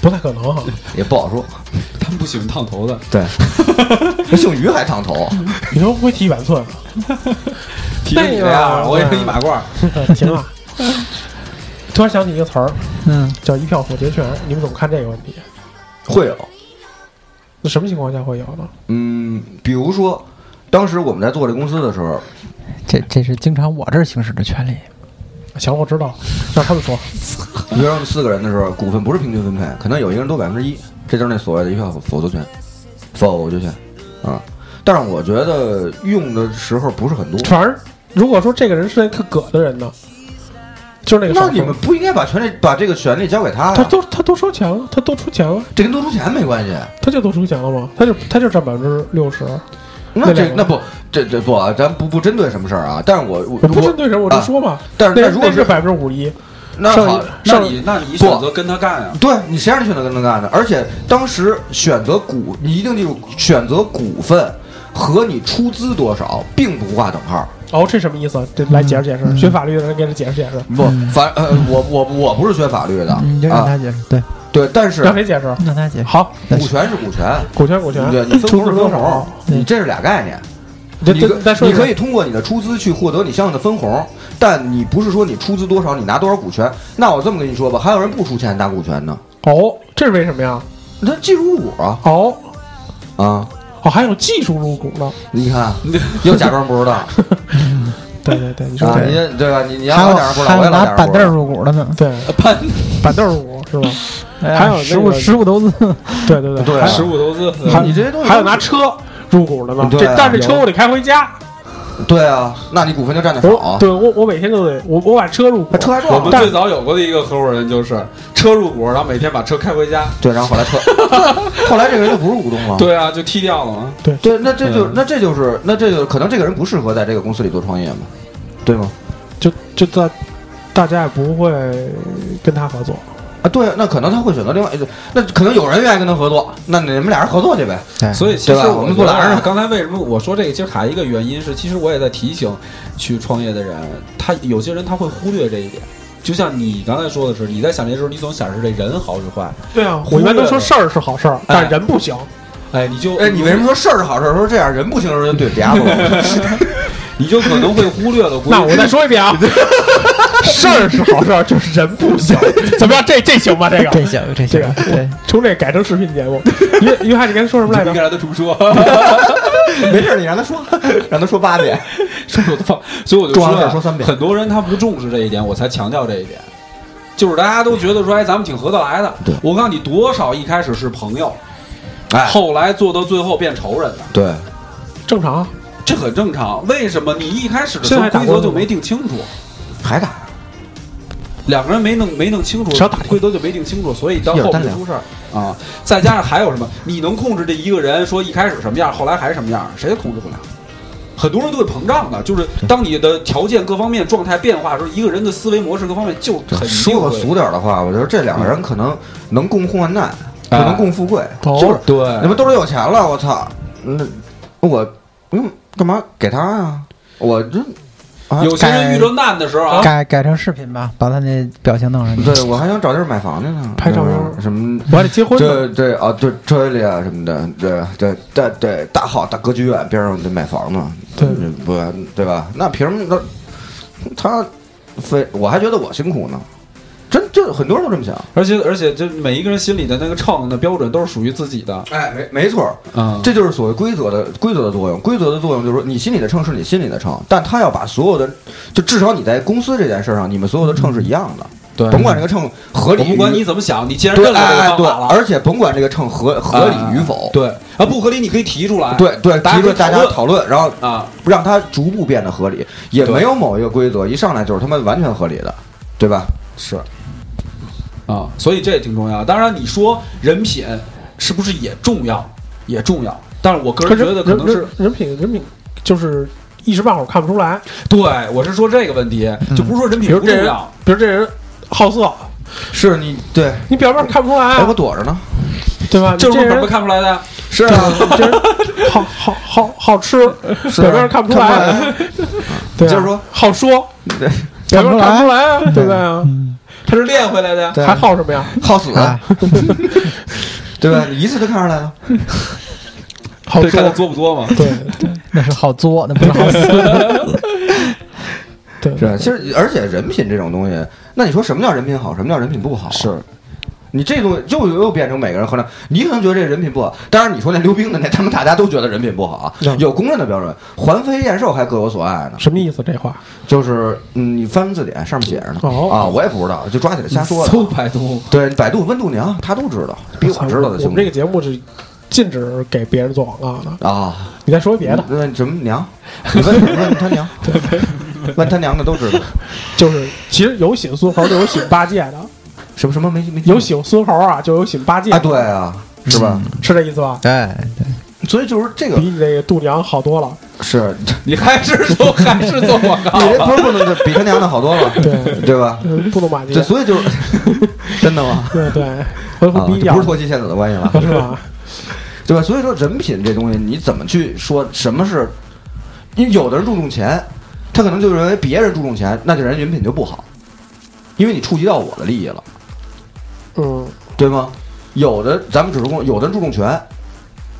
Speaker 7: 不太可能 <laughs> 哈。
Speaker 9: 也不好说。
Speaker 6: 他们不喜欢烫头
Speaker 8: <laughs>
Speaker 6: 的，
Speaker 9: <laughs> 对，姓于还烫头，
Speaker 7: 你说会踢板寸吗？
Speaker 6: 提着你这
Speaker 7: <laughs>
Speaker 6: 样，我也是一马褂。
Speaker 7: 行啊。突然想起一个词儿，
Speaker 8: 嗯，
Speaker 7: 叫“一票否决权”，你们怎么看这个问题？
Speaker 9: 会有。
Speaker 7: 那什么情况下会有呢？
Speaker 9: 嗯，比如说，当时我们在做这公司的时候，
Speaker 8: 这这是经常我这儿行使的权利，
Speaker 7: 行，我知道，让他们说。
Speaker 9: 比如说我们四个人的时候，股份不是平均分配，可能有一个人多百分之一，这就是那所谓的一票否决权，否决权啊。但是我觉得用的时候不是很多。
Speaker 7: 反正如果说这个人是那特葛的人呢，就是那个
Speaker 9: 那
Speaker 7: 少
Speaker 9: 你们
Speaker 7: 数，
Speaker 9: 不应该把权利把这个权利交给他
Speaker 7: 他
Speaker 9: 呀？
Speaker 7: 都他都收钱了，他都出钱了，
Speaker 9: 这跟多出钱没关系。
Speaker 7: 他就都出钱了吗？他就他就占百分之六十。
Speaker 9: 那
Speaker 7: 那
Speaker 9: 这
Speaker 7: 两个
Speaker 9: 那不这这不啊，咱不不针对什么事儿啊。但是我我
Speaker 7: 我不针
Speaker 9: 我
Speaker 7: 对人，我就说嘛，
Speaker 9: 但是
Speaker 7: 那
Speaker 9: 如
Speaker 7: 那
Speaker 9: 果
Speaker 7: 是
Speaker 9: 是
Speaker 7: 百分之五十一，
Speaker 9: 那
Speaker 7: 上
Speaker 9: 好，
Speaker 6: 那
Speaker 7: 上
Speaker 6: 你那你选择跟他干呀？
Speaker 9: 对你谁让你选择跟他干的？而且当时选择股，你一定记住，选择股份和你出资多少并不画等号。
Speaker 7: 哦，这什么意思？这来解释解
Speaker 9: 嗯
Speaker 7: 释，学法律的人给他解释解释，
Speaker 9: 不，反呃，我我我不是学法律的
Speaker 8: 你就让
Speaker 9: 啊，
Speaker 8: 他解释，对，
Speaker 9: 对，但是
Speaker 7: 让谁解释？
Speaker 8: 让他解释。
Speaker 7: 好，
Speaker 9: 股权是股权，
Speaker 7: 股权股权，
Speaker 9: 对，你分
Speaker 7: 出
Speaker 9: 红
Speaker 7: 资
Speaker 9: 是
Speaker 7: 多
Speaker 9: 分红
Speaker 7: 少？，
Speaker 9: 你这是俩概念。
Speaker 7: 这
Speaker 9: 你
Speaker 7: 这再
Speaker 9: 可
Speaker 7: 说一
Speaker 9: 你
Speaker 7: 遍
Speaker 9: 可以通过你的出资去获得你相应的分红，但你不是说你出资多少，你拿多少股权。那我这么跟你说吧，还有人不出钱拿股权呢，
Speaker 7: 哦，这是为什么呀？
Speaker 9: 那技术入股啊
Speaker 7: 哦
Speaker 9: 啊！
Speaker 7: 哦，还有技术入股呢？
Speaker 9: 你看，又假装不知道啊！
Speaker 7: 对对对，你说
Speaker 9: 你
Speaker 7: 对
Speaker 9: 这对啊吧？你你要
Speaker 8: 还
Speaker 9: 老
Speaker 8: 有
Speaker 9: 假装不知
Speaker 8: 还
Speaker 9: 道，我也老
Speaker 8: 有拿
Speaker 9: 假装
Speaker 8: 板
Speaker 9: 不
Speaker 8: 凳
Speaker 9: 知道。
Speaker 8: 入股的呢，
Speaker 7: 对
Speaker 6: 潘
Speaker 7: 板凳入股是
Speaker 9: <laughs>
Speaker 7: 吧？
Speaker 8: 哎呀
Speaker 7: 还有
Speaker 8: 实
Speaker 7: 那
Speaker 8: 物
Speaker 7: 个
Speaker 8: 实物投资，
Speaker 7: 对对对
Speaker 9: 对啊
Speaker 7: 还
Speaker 6: 实物投资，嗯
Speaker 7: 还
Speaker 9: 你这些东西
Speaker 7: 还有拿车入股的呢，
Speaker 9: 对啊
Speaker 7: 这但是这车我得开回家，
Speaker 9: <laughs> 对啊，那你股份就占的少
Speaker 7: 我
Speaker 9: 啊。
Speaker 7: 对我我每天都得我我把车入股
Speaker 9: 那，车还
Speaker 6: 我
Speaker 9: 撞
Speaker 6: 们
Speaker 9: 了，
Speaker 6: 最早有过的一个合伙人就是车入股，然后每天把车开回家。
Speaker 9: 对，然后后
Speaker 8: <laughs>
Speaker 9: 来车，后来这个人就不是股
Speaker 8: 哦
Speaker 9: 东了。
Speaker 6: 对啊，就踢掉了嘛。
Speaker 9: 对，那这就
Speaker 6: 嗯
Speaker 9: 那这就是那这就可能这个人不适合在这个公司里做创业嘛，对吗？
Speaker 7: 就就大大家也不会跟他合作。
Speaker 9: 啊，对，那可能他会选择另外，那可能有人愿意跟他合作，那你们俩人合作去呗。
Speaker 6: 所以其实
Speaker 9: 对吧
Speaker 6: 我
Speaker 9: 我们
Speaker 6: 觉
Speaker 9: 不
Speaker 6: 得
Speaker 9: 拦
Speaker 6: 啊
Speaker 9: 着
Speaker 6: 嗯刚才为什么我说这个，其实还有一个原因是，其实我也在提醒去创业的人，他有些人他会忽略这一点。就像你刚才说的是，你在想这时候，你总想是这人好是坏，
Speaker 7: 对啊，我一般都说事儿是好事儿，但是人不行。
Speaker 6: 哎，你就
Speaker 9: 哎，你为什么说事儿是好事儿，说这样人不行的时候就怼嗲了？
Speaker 8: <laughs>
Speaker 6: 你就可能会忽略了 <laughs> 规矩？
Speaker 7: 那我再说一遍啊，事儿是好事儿，就是人不行。怎么样？这这行吧？这个
Speaker 8: 这行这
Speaker 7: 这
Speaker 8: 行
Speaker 7: 个，
Speaker 8: 对，
Speaker 7: 从这改成视频节目。于于海，你刚才说什么来
Speaker 6: 应
Speaker 7: 着？
Speaker 6: 该让他重说， <laughs>
Speaker 9: 没事儿，你让他说，让他说八遍。
Speaker 6: 说我的话，所以我就
Speaker 9: 重要
Speaker 6: 说,、
Speaker 9: 的
Speaker 6: 啊
Speaker 9: 事儿说三遍
Speaker 6: 很多人他不重视这一点，我才强调这一点。就是大家都觉得说，哎，咱们挺合得来的。
Speaker 9: 对
Speaker 6: 我告诉你，多少一开始是朋友，
Speaker 9: 哎，
Speaker 6: 后来做到最后变仇人了，
Speaker 9: 对，
Speaker 7: 正常啊，
Speaker 6: 这很正常。为什么你一开始的时候
Speaker 7: 现在打
Speaker 6: 规
Speaker 7: 过
Speaker 6: 则就
Speaker 7: 吗
Speaker 6: 没定清楚？
Speaker 9: 还打
Speaker 6: 两个人没弄没弄清楚
Speaker 7: 少打听
Speaker 6: 规则就没定清楚，所以到
Speaker 9: 一会
Speaker 6: 后
Speaker 9: 儿单
Speaker 6: 面
Speaker 9: 聊
Speaker 6: 出事儿啊。再加上还有什么，你能控制这一个人说一开始什么样，后来还是什么样，谁也控制不了。很多人都会膨胀的，就是当你的条件各方面状态变化的时候，一个人的思维模式各方面就很
Speaker 9: 说个
Speaker 6: 一定会
Speaker 9: 俗点儿的话，我觉得这两个人可能能共患难，可
Speaker 6: 哎
Speaker 9: 能共富贵。
Speaker 7: 哦
Speaker 9: 就是
Speaker 6: 对，
Speaker 9: 你们兜里有钱了，我操，那我嗯干嘛给他呀？我这啊
Speaker 6: 有些人遇着难的时候啊，
Speaker 8: 改改成视频吧，把他那表情弄上去。
Speaker 9: 对我还想找地儿买房去呢，
Speaker 7: 嗯拍照片儿
Speaker 9: 就是什么。
Speaker 7: 我还得结婚呢，
Speaker 9: 这这啊，对车里啊什么的，对对对对，大好大歌剧院边上得买房呢，
Speaker 7: 对
Speaker 9: 嗯不对吧？那凭什么那他非我还觉得我辛苦呢？真这很多人都这么想，
Speaker 6: 而且而且，这每一个人心里的那个秤的标准都是属于自己的
Speaker 9: 哎，没没错儿，
Speaker 6: 啊。
Speaker 9: 这就是所谓规则的规则的作用。规则的作用就是说，你心里的秤是你心里的秤，但他要把所有的，就至少你在公司这件事上，你们所有的秤是一样的，
Speaker 6: 对
Speaker 9: 甭管这个秤合理
Speaker 6: 我
Speaker 9: 与，
Speaker 6: 不嗯管你怎么想，你既然
Speaker 9: 对
Speaker 6: 认了这
Speaker 9: 哎哎
Speaker 6: 个
Speaker 9: 对
Speaker 6: 方法，了，嗯
Speaker 9: 而且甭管这个秤合合理与否，
Speaker 6: 对啊，不合理你可以提出来，
Speaker 9: 对对，
Speaker 6: 大家
Speaker 9: 提出
Speaker 6: 可以
Speaker 9: 大家
Speaker 6: 讨
Speaker 9: 讨论，然后
Speaker 6: 啊，
Speaker 9: 让它逐步变得合理，也
Speaker 6: 对
Speaker 9: 没有某一个规则一上来就是他妈完全合理的，对吧？
Speaker 6: 是啊，所以这也挺重要。当然，你说人品是不是也重要，也重要。但是我个
Speaker 7: 可
Speaker 6: 人
Speaker 7: 是
Speaker 6: 觉得可能是
Speaker 7: 人人品人品就是一时半会儿看不出来。
Speaker 6: 对，我是说这个问题，就不是说人
Speaker 7: 嗯比
Speaker 6: 品
Speaker 7: 如
Speaker 6: 不
Speaker 7: 这
Speaker 6: 重
Speaker 7: 人
Speaker 6: 要，，
Speaker 7: 比如这人好色，
Speaker 9: 是你对，
Speaker 7: 你表面看不出来
Speaker 9: 哎，我
Speaker 7: 啊，
Speaker 9: 躲着呢，
Speaker 7: 对吧？你
Speaker 6: 这是
Speaker 7: 这
Speaker 6: 我怎么
Speaker 7: 人
Speaker 6: 看不出来的呀？
Speaker 9: 是啊，
Speaker 7: 这人好好好好吃，
Speaker 6: 啊
Speaker 9: 是
Speaker 7: 表面看不出来，对啊，
Speaker 9: 就是说
Speaker 7: 好说，
Speaker 9: 对
Speaker 7: 表面看不出来啊，对不对啊？
Speaker 6: 他是练回来的呀。
Speaker 9: 对
Speaker 7: 还好什么呀？
Speaker 9: 好死
Speaker 8: 哎，
Speaker 9: 啊对吧？你一次就看出来了。
Speaker 7: 好
Speaker 6: 对，看他
Speaker 7: 说，
Speaker 6: 作不作嘛。
Speaker 7: 对
Speaker 8: 那是好作，那不是好死。
Speaker 7: 对
Speaker 9: 是吧，其实而且人品这种东西，那你说什么叫人品好，什么叫人品不好？是，你这东西又又变成每个人衡量，你可能觉得这人品不好，当然你说那溜冰的那，他们大家都觉得人品不好啊
Speaker 7: 嗯，
Speaker 9: 有公认的标准，环肥燕瘦还各有所爱呢。
Speaker 7: 什么意思？这话
Speaker 9: 就是嗯，你翻字典上面写着呢，
Speaker 7: 哦
Speaker 9: 啊，我也不知道，就抓起来瞎说
Speaker 6: 搜
Speaker 9: 的。
Speaker 6: <laughs> 百度，
Speaker 9: 对，百度、温度娘他都知道，比我知道的
Speaker 7: 我
Speaker 9: 清
Speaker 7: 们这个
Speaker 9: 楚
Speaker 7: 节目是禁止给别人做广告的。
Speaker 9: 啊。
Speaker 7: 你再说别
Speaker 8: 嗯
Speaker 7: 的，
Speaker 9: 那什么娘？你问问他娘，问他娘的都知道。
Speaker 7: 就是其实有喜孙猴就有喜八戒
Speaker 8: 嗯
Speaker 7: 的，
Speaker 9: 什么什么没没
Speaker 7: 有喜孙猴啊就有喜八戒
Speaker 9: 啊？，对啊，是吧？
Speaker 7: 是这意思吧？
Speaker 8: 嗯对，
Speaker 9: 所以就是这个
Speaker 7: 比你那个度娘好多了。
Speaker 9: 是
Speaker 6: 你还是说还是做广告
Speaker 9: 你？这不是不能比他娘的好多了，
Speaker 7: 对
Speaker 9: <laughs> 对吧？
Speaker 8: 嗯
Speaker 7: 呃不能骂街
Speaker 9: 这，所以就是真的吗？
Speaker 7: 对对，恢
Speaker 9: 啊
Speaker 7: 复，低
Speaker 9: 这
Speaker 7: 调
Speaker 9: 不是，脱妻献子的关系了，
Speaker 7: <laughs> 是吧？
Speaker 9: 对吧？所以说人品这东西，你怎么去说什么是？因为有的人注重钱，他可能就认为别人注重钱，那就人人品就不好，因为你触及到我的利益了，
Speaker 7: 嗯，
Speaker 9: 对吗？有的咱们只是公，有的人注重权，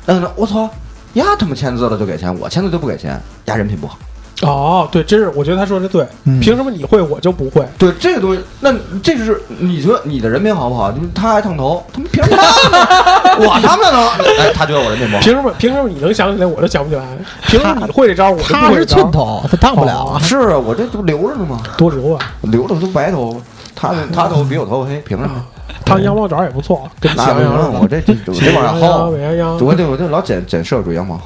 Speaker 9: 那可能我操，呀他妈签字了就给钱，我签字就不给钱，呀人品不好。
Speaker 7: 哦，对，真是，我觉得他说的对，
Speaker 8: 嗯
Speaker 7: 凭什么你会我就不会？
Speaker 9: 对这个东西，那这是你觉得你的人品好不好？就是他还烫头，他们凭
Speaker 7: <laughs>
Speaker 9: 什么？我他妈能？哎，他觉得我人品不好。
Speaker 7: 凭什么？凭什么你能想起来，我就想不起来？凭什么你会这招，我就不
Speaker 8: 他
Speaker 7: 会
Speaker 8: 是
Speaker 7: 这
Speaker 8: 寸
Speaker 7: 招？
Speaker 8: 头，他烫不了啊。
Speaker 9: 是啊，我这不留着呢吗？
Speaker 7: 多留啊！
Speaker 9: 留着都白头，他的他头比我头发黑，凭什
Speaker 7: <laughs>
Speaker 9: 么？
Speaker 7: 烫羊毛卷儿也不错，跟你
Speaker 9: 那
Speaker 7: 想
Speaker 9: 不
Speaker 7: 想
Speaker 9: 行，我这
Speaker 7: <laughs>
Speaker 9: 这我这往上薅，
Speaker 7: 美羊羊，
Speaker 9: 我这我这老剪剪社主羊毛。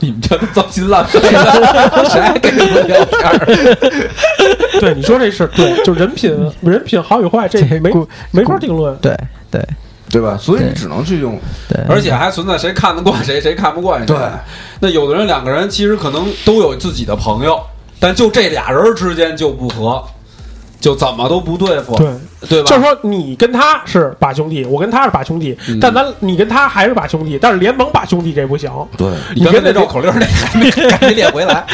Speaker 6: 你们这都糟心
Speaker 7: <laughs>
Speaker 6: 烂肺的，谁还跟你们聊天儿？
Speaker 7: 对你说这是对，就人品，人品好与坏，这
Speaker 8: 这
Speaker 7: 没
Speaker 8: 故
Speaker 7: 没法定论。
Speaker 8: 对对
Speaker 9: 对吧？所以你
Speaker 8: 对
Speaker 9: 只能去用，
Speaker 8: 对，
Speaker 7: 嗯
Speaker 6: 而且还存在谁看得惯谁，谁看不惯谁。
Speaker 9: 对，
Speaker 6: 那有的人两个人其实可能都有自己的朋友，但就这俩人之间就不和，就怎么都不对付，
Speaker 7: 对，
Speaker 6: 对吧？
Speaker 7: 就是说你跟他是把兄弟，我跟他是把兄弟，
Speaker 6: 嗯
Speaker 7: 但咱你跟他还是把兄弟，但是联盟把兄弟这不行，
Speaker 9: 对，
Speaker 6: 嗯你刚才那绕口令儿那还没赶紧练回
Speaker 7: <laughs>
Speaker 6: 来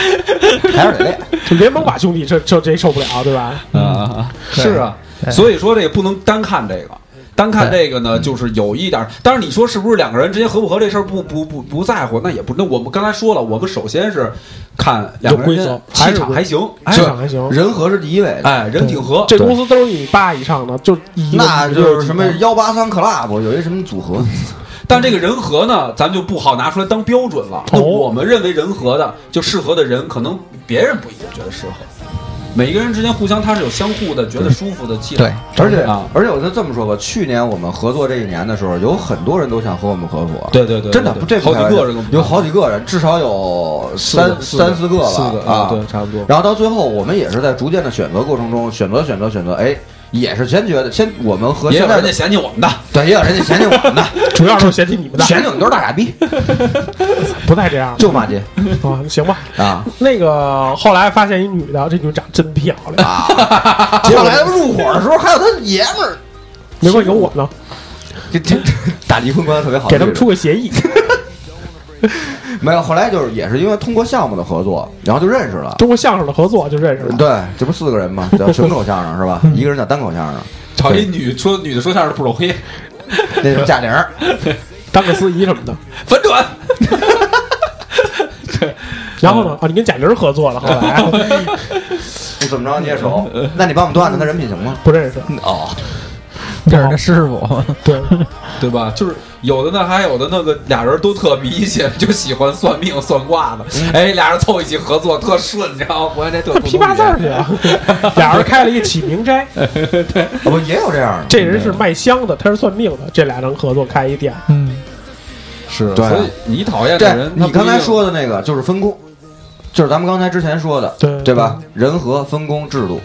Speaker 9: 还是得练。
Speaker 7: 就联盟把兄弟这这这受不了，对吧？
Speaker 6: 啊！
Speaker 8: 对
Speaker 6: 是啊，
Speaker 8: 对
Speaker 6: 所以说这个不能单看这个。单看这个呢，就是有一点儿，但是你说是不是两个人之间合不合这事儿不不不不在乎，那也不那我们刚才说了，我们首先是看两个人之间
Speaker 7: 有规则
Speaker 6: 气
Speaker 7: 还是
Speaker 6: 场
Speaker 7: 规则
Speaker 6: 还行，哎
Speaker 7: 市，场 <laughs> 还行，
Speaker 9: 人和是第一位的，
Speaker 6: 哎，人挺合，
Speaker 7: 这公司都是你爸以上的，就一个
Speaker 9: 那
Speaker 7: 一个
Speaker 9: 就是什么
Speaker 7: 一个
Speaker 9: 幺八三 club 有一什么组合，
Speaker 6: 但这个人和呢，咱们就不好拿出来当标准了。那
Speaker 7: 哦
Speaker 6: 我们认为人和的，就适合的人，可能别人不一定觉得适合。每个人之间互相他是有相互的觉得舒服的气场。
Speaker 9: 而且
Speaker 6: 啊，
Speaker 9: 而且我就这么说吧，去年我们合作这一年的时候，有很多人都想和我们合作，
Speaker 6: 对对对对
Speaker 9: 真的
Speaker 6: 对
Speaker 9: 不这不
Speaker 6: 好几
Speaker 9: 开玩笑
Speaker 6: 个人都不
Speaker 9: 有好几个人，至少有三
Speaker 6: 四个
Speaker 9: 三四个吧，
Speaker 6: 四个
Speaker 9: 啊，
Speaker 6: 对差不多
Speaker 9: 然后到最后，我们也是在逐渐的选择过程中，选择选择选择，哎，也是先觉得先我们和
Speaker 6: 也
Speaker 9: 现
Speaker 6: 有
Speaker 9: 在
Speaker 6: 人
Speaker 9: 的
Speaker 6: 家嫌弃我们的，
Speaker 9: 对，也有
Speaker 6: <laughs>
Speaker 9: 人家嫌弃我们的，
Speaker 7: 主要是嫌弃你们大，
Speaker 9: 嫌弃我们都是大傻逼，
Speaker 7: 不太这样
Speaker 9: 就骂街
Speaker 7: 啊，行吧。
Speaker 6: <laughs>
Speaker 9: 啊
Speaker 7: 那个后来发现一女的，这女的长真漂亮，
Speaker 9: 啊！后
Speaker 6: <laughs>
Speaker 9: 来入伙的时候，还有他爷们儿，
Speaker 7: 没准有我呢，
Speaker 9: 这这这 <laughs> 打离婚关系特别
Speaker 6: 啊
Speaker 9: 好，
Speaker 7: 给他们出个
Speaker 6: <laughs>
Speaker 7: 协议。
Speaker 9: 没有，后来就是也是因为通过项目的合作，然后就认识了。
Speaker 7: 通过相声的合作就
Speaker 6: <laughs>
Speaker 7: 认识了。
Speaker 9: 对，这不四个人吗？叫群口相声是吧？一个人叫单口相声，
Speaker 6: 找一女说女的说相声的不容易，
Speaker 9: 那是贾玲儿。
Speaker 7: 当个司仪什么的。
Speaker 6: 反转。
Speaker 7: 然后呢？啊，你跟贾玲合作了，
Speaker 6: <laughs>
Speaker 7: 后来
Speaker 9: 你怎么着你也熟？那你帮我们断断他人品行吗？
Speaker 7: 不认识。
Speaker 9: 哦，
Speaker 8: 这是他师傅，
Speaker 7: 对，
Speaker 6: <laughs> 对吧？就是有的呢，还有的那个俩人都特迷信，就喜欢算命算卦的。
Speaker 9: 嗯
Speaker 6: 哎，俩人凑一起合作特顺，你知道吗？我
Speaker 9: <laughs>
Speaker 6: 这特
Speaker 7: <laughs> 批八字儿去啊！俩人开了一个启明斋，
Speaker 9: 我也有这样的。
Speaker 7: 这人是卖香的，他是算命的，这俩人合作开一店。
Speaker 8: 嗯，
Speaker 6: 是，
Speaker 9: 对
Speaker 6: 所以你讨厌的
Speaker 9: 对
Speaker 6: 人，，他
Speaker 9: 你
Speaker 6: 不一定
Speaker 9: 刚才说的那个就是分工，就是咱们刚才之前说的，
Speaker 7: 对
Speaker 9: 对吧？人和分工制度，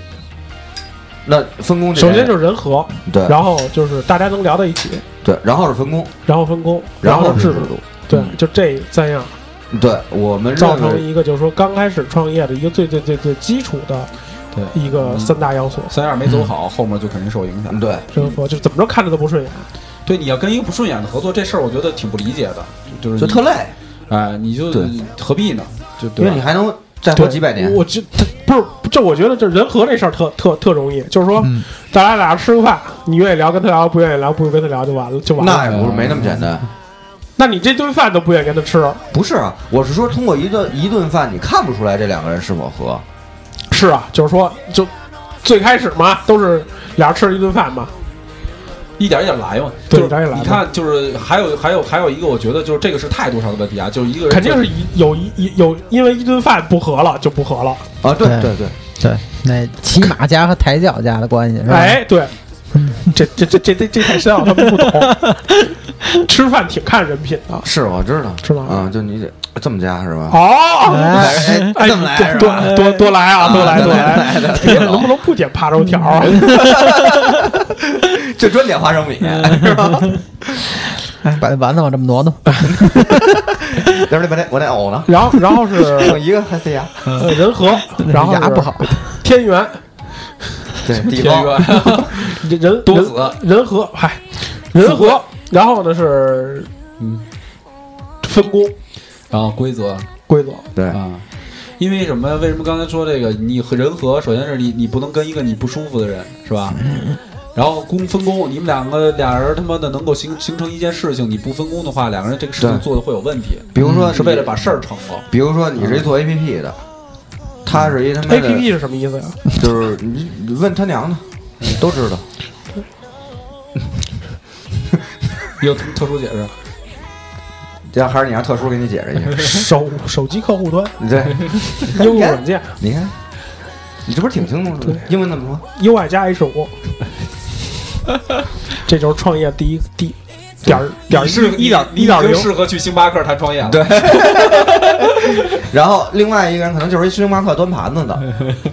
Speaker 9: 那分工这
Speaker 7: 首先
Speaker 9: 边
Speaker 7: 就是人和，
Speaker 9: 对
Speaker 7: 然后就是大家能聊到一起，
Speaker 9: 对，然后是分工，
Speaker 7: 然后分工，
Speaker 9: 然
Speaker 7: 后
Speaker 9: 后是
Speaker 7: 制度。
Speaker 9: 度。
Speaker 7: 对
Speaker 9: 嗯，
Speaker 7: 就这三样
Speaker 9: 对我们
Speaker 7: 造
Speaker 9: 认
Speaker 7: 成
Speaker 9: 为，
Speaker 7: 一个就是说刚开始创业的一个最最最最基础的
Speaker 6: 对
Speaker 7: 一
Speaker 9: 嗯
Speaker 7: 个三大要素。
Speaker 6: 三样没走好，后面就肯定受影响。
Speaker 9: 对，
Speaker 7: 人和就怎么着看着都不顺眼，
Speaker 6: 对，你要跟一个不顺眼的合作，这事儿我觉得挺不理解的，就是
Speaker 9: 就
Speaker 6: 你
Speaker 9: 特累，
Speaker 6: 哎，你就
Speaker 9: 对
Speaker 6: 何必呢？就
Speaker 9: 因
Speaker 6: 对
Speaker 9: 为
Speaker 6: 吧
Speaker 9: 你还能再活
Speaker 7: 对
Speaker 9: 几百年。
Speaker 7: 我就他不是，就我觉得这人和这事儿特特特容易，就是说
Speaker 8: 嗯
Speaker 7: 咱俩俩人吃个饭，你愿意聊跟他聊，不愿意聊不跟他聊就完了，就完了。
Speaker 9: 那也不是没那么简
Speaker 7: 嗯
Speaker 9: 单，
Speaker 7: 那你这顿饭都不愿意跟他吃，
Speaker 9: 不是啊，我是说通过一顿一顿饭，你看不出来这两个人是否合。
Speaker 7: 是啊，就是说就最开始嘛，都是俩人吃了一顿饭嘛，
Speaker 6: 一点一点来嘛。
Speaker 7: 对
Speaker 6: 就是
Speaker 7: 一点一点来嘛
Speaker 6: 你看，就是还有还有还有一个，我觉得就是这个是态度上的问题啊，就是一个人
Speaker 7: 肯定是一有一一有因为一顿饭不和了就不和了。
Speaker 9: 啊，对
Speaker 8: 对
Speaker 9: 对对，
Speaker 8: 对，那骑马家和抬脚家的关系是吧？
Speaker 7: 哎，对，这这这这这这太深奥，他们不懂。吃饭挺看人品的，
Speaker 9: 是我知道，
Speaker 7: 是吧
Speaker 9: 啊，就你得这么加是吧？
Speaker 7: 哦。
Speaker 8: 哎，
Speaker 7: 哎，
Speaker 9: 这么来是吧？
Speaker 7: 多多多来啊，多来
Speaker 9: 啊
Speaker 7: 多
Speaker 9: 来来
Speaker 7: 来！别能不能不点扒肉
Speaker 9: <laughs>
Speaker 7: 条啊？
Speaker 9: 就专点花生米，
Speaker 8: 哎把丸子往这么挪 <laughs> 挪，
Speaker 9: 要不然我得我得呕呢。
Speaker 7: 然后然后
Speaker 9: 剩
Speaker 7: 是
Speaker 9: 一个还塞牙，
Speaker 7: 人和，
Speaker 9: 嗯
Speaker 7: 然后
Speaker 8: 牙
Speaker 7: 是
Speaker 8: 不好，
Speaker 7: 天元
Speaker 9: 对，地
Speaker 6: 天
Speaker 9: 方
Speaker 6: 元 <laughs>
Speaker 7: 人
Speaker 6: 多
Speaker 7: 人
Speaker 6: 子
Speaker 7: 人和，嗨，人和，然后呢是
Speaker 6: 嗯
Speaker 7: 分工
Speaker 6: 啊规则
Speaker 7: 规则，
Speaker 9: 对
Speaker 6: 啊。因为什么呀？为什么刚才说这个？你和人和，首先是你，你不能跟一个你不舒服的人，是吧？
Speaker 7: 嗯
Speaker 6: 然后工分工，你们两个俩人他妈的能够形形成一件事情，你不分工的话，两个人这个事情
Speaker 9: 对
Speaker 6: 做的会有问题，
Speaker 7: 嗯
Speaker 9: 比如说
Speaker 6: 是为了
Speaker 9: 你
Speaker 6: 把事儿成了。
Speaker 9: 比如说你是一做 A P P 的，他是一他妈
Speaker 7: A P
Speaker 9: 的，
Speaker 7: P 是什么意思呀？
Speaker 9: 就是你你问他娘的，都知道。
Speaker 6: 有特特殊解释？
Speaker 9: 这还是你让特殊给你解释一下。
Speaker 7: 手手机客户端，
Speaker 9: 你这
Speaker 7: 应用软件
Speaker 9: 你看，你这不是挺清楚的吗？英文怎么说？
Speaker 7: UI 加 H 五，这就是创业第一第点儿点儿
Speaker 6: 你是
Speaker 7: 一点
Speaker 6: 你
Speaker 7: 一点
Speaker 6: 你已经
Speaker 7: 零，
Speaker 6: 适合去星巴克谈创业了。对，
Speaker 9: 然后另外一个人可能就是一星巴克端盘
Speaker 7: <laughs>
Speaker 9: 子的，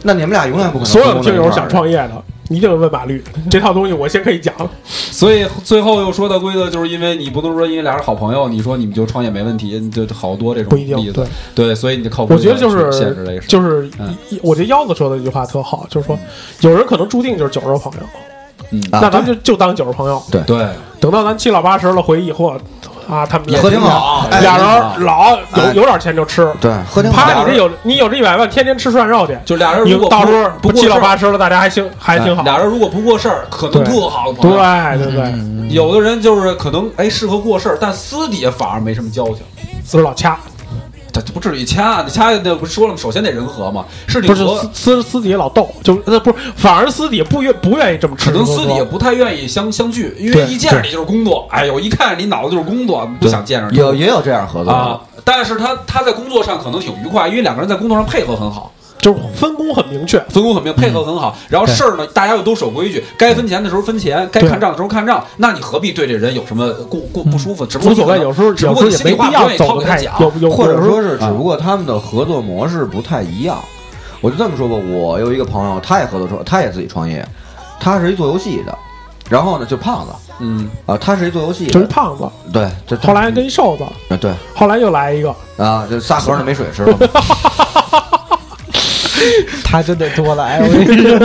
Speaker 9: 那你们俩永远不可能。
Speaker 7: 所有的听友想创，业的，一定问马律这套东西，我先可以讲。
Speaker 6: 所以最后又说到规则，就是因为你不能说因为俩人好朋友，你说你们就创业没问题，你就好多这
Speaker 7: 不
Speaker 6: 种
Speaker 7: 一定
Speaker 6: 例子
Speaker 7: 对。
Speaker 6: 对，所以你就靠
Speaker 7: 我觉得就
Speaker 6: 规则去限制这
Speaker 7: 是
Speaker 6: 个事。
Speaker 7: 就是
Speaker 6: 嗯
Speaker 7: 一，我觉得腰子说的一句话特好，就是说，有人可能注定就是酒肉朋友，
Speaker 6: 嗯，
Speaker 9: 啊
Speaker 7: 那咱们就就当酒肉朋友。
Speaker 6: 对，
Speaker 7: 等到咱七老八十了回忆，嚯啊，他们
Speaker 9: 也喝挺好，哎
Speaker 7: 俩人老有
Speaker 9: 哎
Speaker 7: 有点钱就吃，
Speaker 9: 对，喝挺好。
Speaker 7: 啪，你这有你有这一百万，天天吃涮肉去，
Speaker 6: 就俩人
Speaker 7: 你
Speaker 6: 如果
Speaker 7: 到时候
Speaker 6: 不过
Speaker 7: 七
Speaker 6: 事
Speaker 7: 老
Speaker 6: 儿
Speaker 7: 八十了，大家还行还挺好。
Speaker 6: 俩人如果不过事儿，可能
Speaker 7: 对
Speaker 6: 特好的朋
Speaker 7: 对
Speaker 6: 友。
Speaker 7: 对
Speaker 9: 嗯
Speaker 7: 对，
Speaker 6: 有的人就是可能哎适合过事儿，但私底下反而没什么交情。
Speaker 7: 死老掐，
Speaker 6: 这这不至于掐，掐那不是说了吗？首先得人和嘛，是你
Speaker 7: 不是
Speaker 6: 和
Speaker 7: 私私私底下老斗，就呃不是，反而私底下不愿不愿意这么吃。
Speaker 6: 可能私底下
Speaker 7: 下
Speaker 6: 不太愿意相相聚，因为
Speaker 7: 对
Speaker 6: 一见着你就是工作，哎呦，一看着你脑子就是工作，不想见啊着你。
Speaker 9: 有也有这样合作的
Speaker 6: 啊，但是他他在工作上可能挺愉快，因为两个人在工作上配合很好，
Speaker 7: 就是分工很明确，
Speaker 6: 分工很明，配合很好。然后事儿呢，大家又都守规矩，该分钱的时候分钱，该看账的时候看账。那你何必对这人有什么顾顾不舒服？只不过
Speaker 7: 无所谓有时候
Speaker 6: 只不过
Speaker 7: 有
Speaker 6: 你
Speaker 7: 时
Speaker 6: 心
Speaker 7: 候也
Speaker 6: 里
Speaker 7: 没
Speaker 6: 话不
Speaker 7: 必要
Speaker 6: 愿意掏
Speaker 7: 走
Speaker 6: 给
Speaker 7: 得
Speaker 6: 他
Speaker 7: 太
Speaker 6: 讲。
Speaker 7: 有
Speaker 9: 或者说
Speaker 7: 啊
Speaker 9: 是，只不过他们的合作模式不太一样。我就这么说吧，我有一个朋友，他也合作创，他也自己创业，他是一做游戏的，然后呢，就胖子，
Speaker 6: 嗯，
Speaker 9: 啊，他是一做游戏的，
Speaker 7: 就是胖子，
Speaker 9: 对，这
Speaker 7: 后来跟一瘦子，
Speaker 9: 啊对
Speaker 7: 后来又来一个，
Speaker 9: 啊，就仨和尚没水吃
Speaker 7: <laughs>
Speaker 9: 了嘛，
Speaker 8: <laughs> 他真得多 <laughs> 来，我跟你说，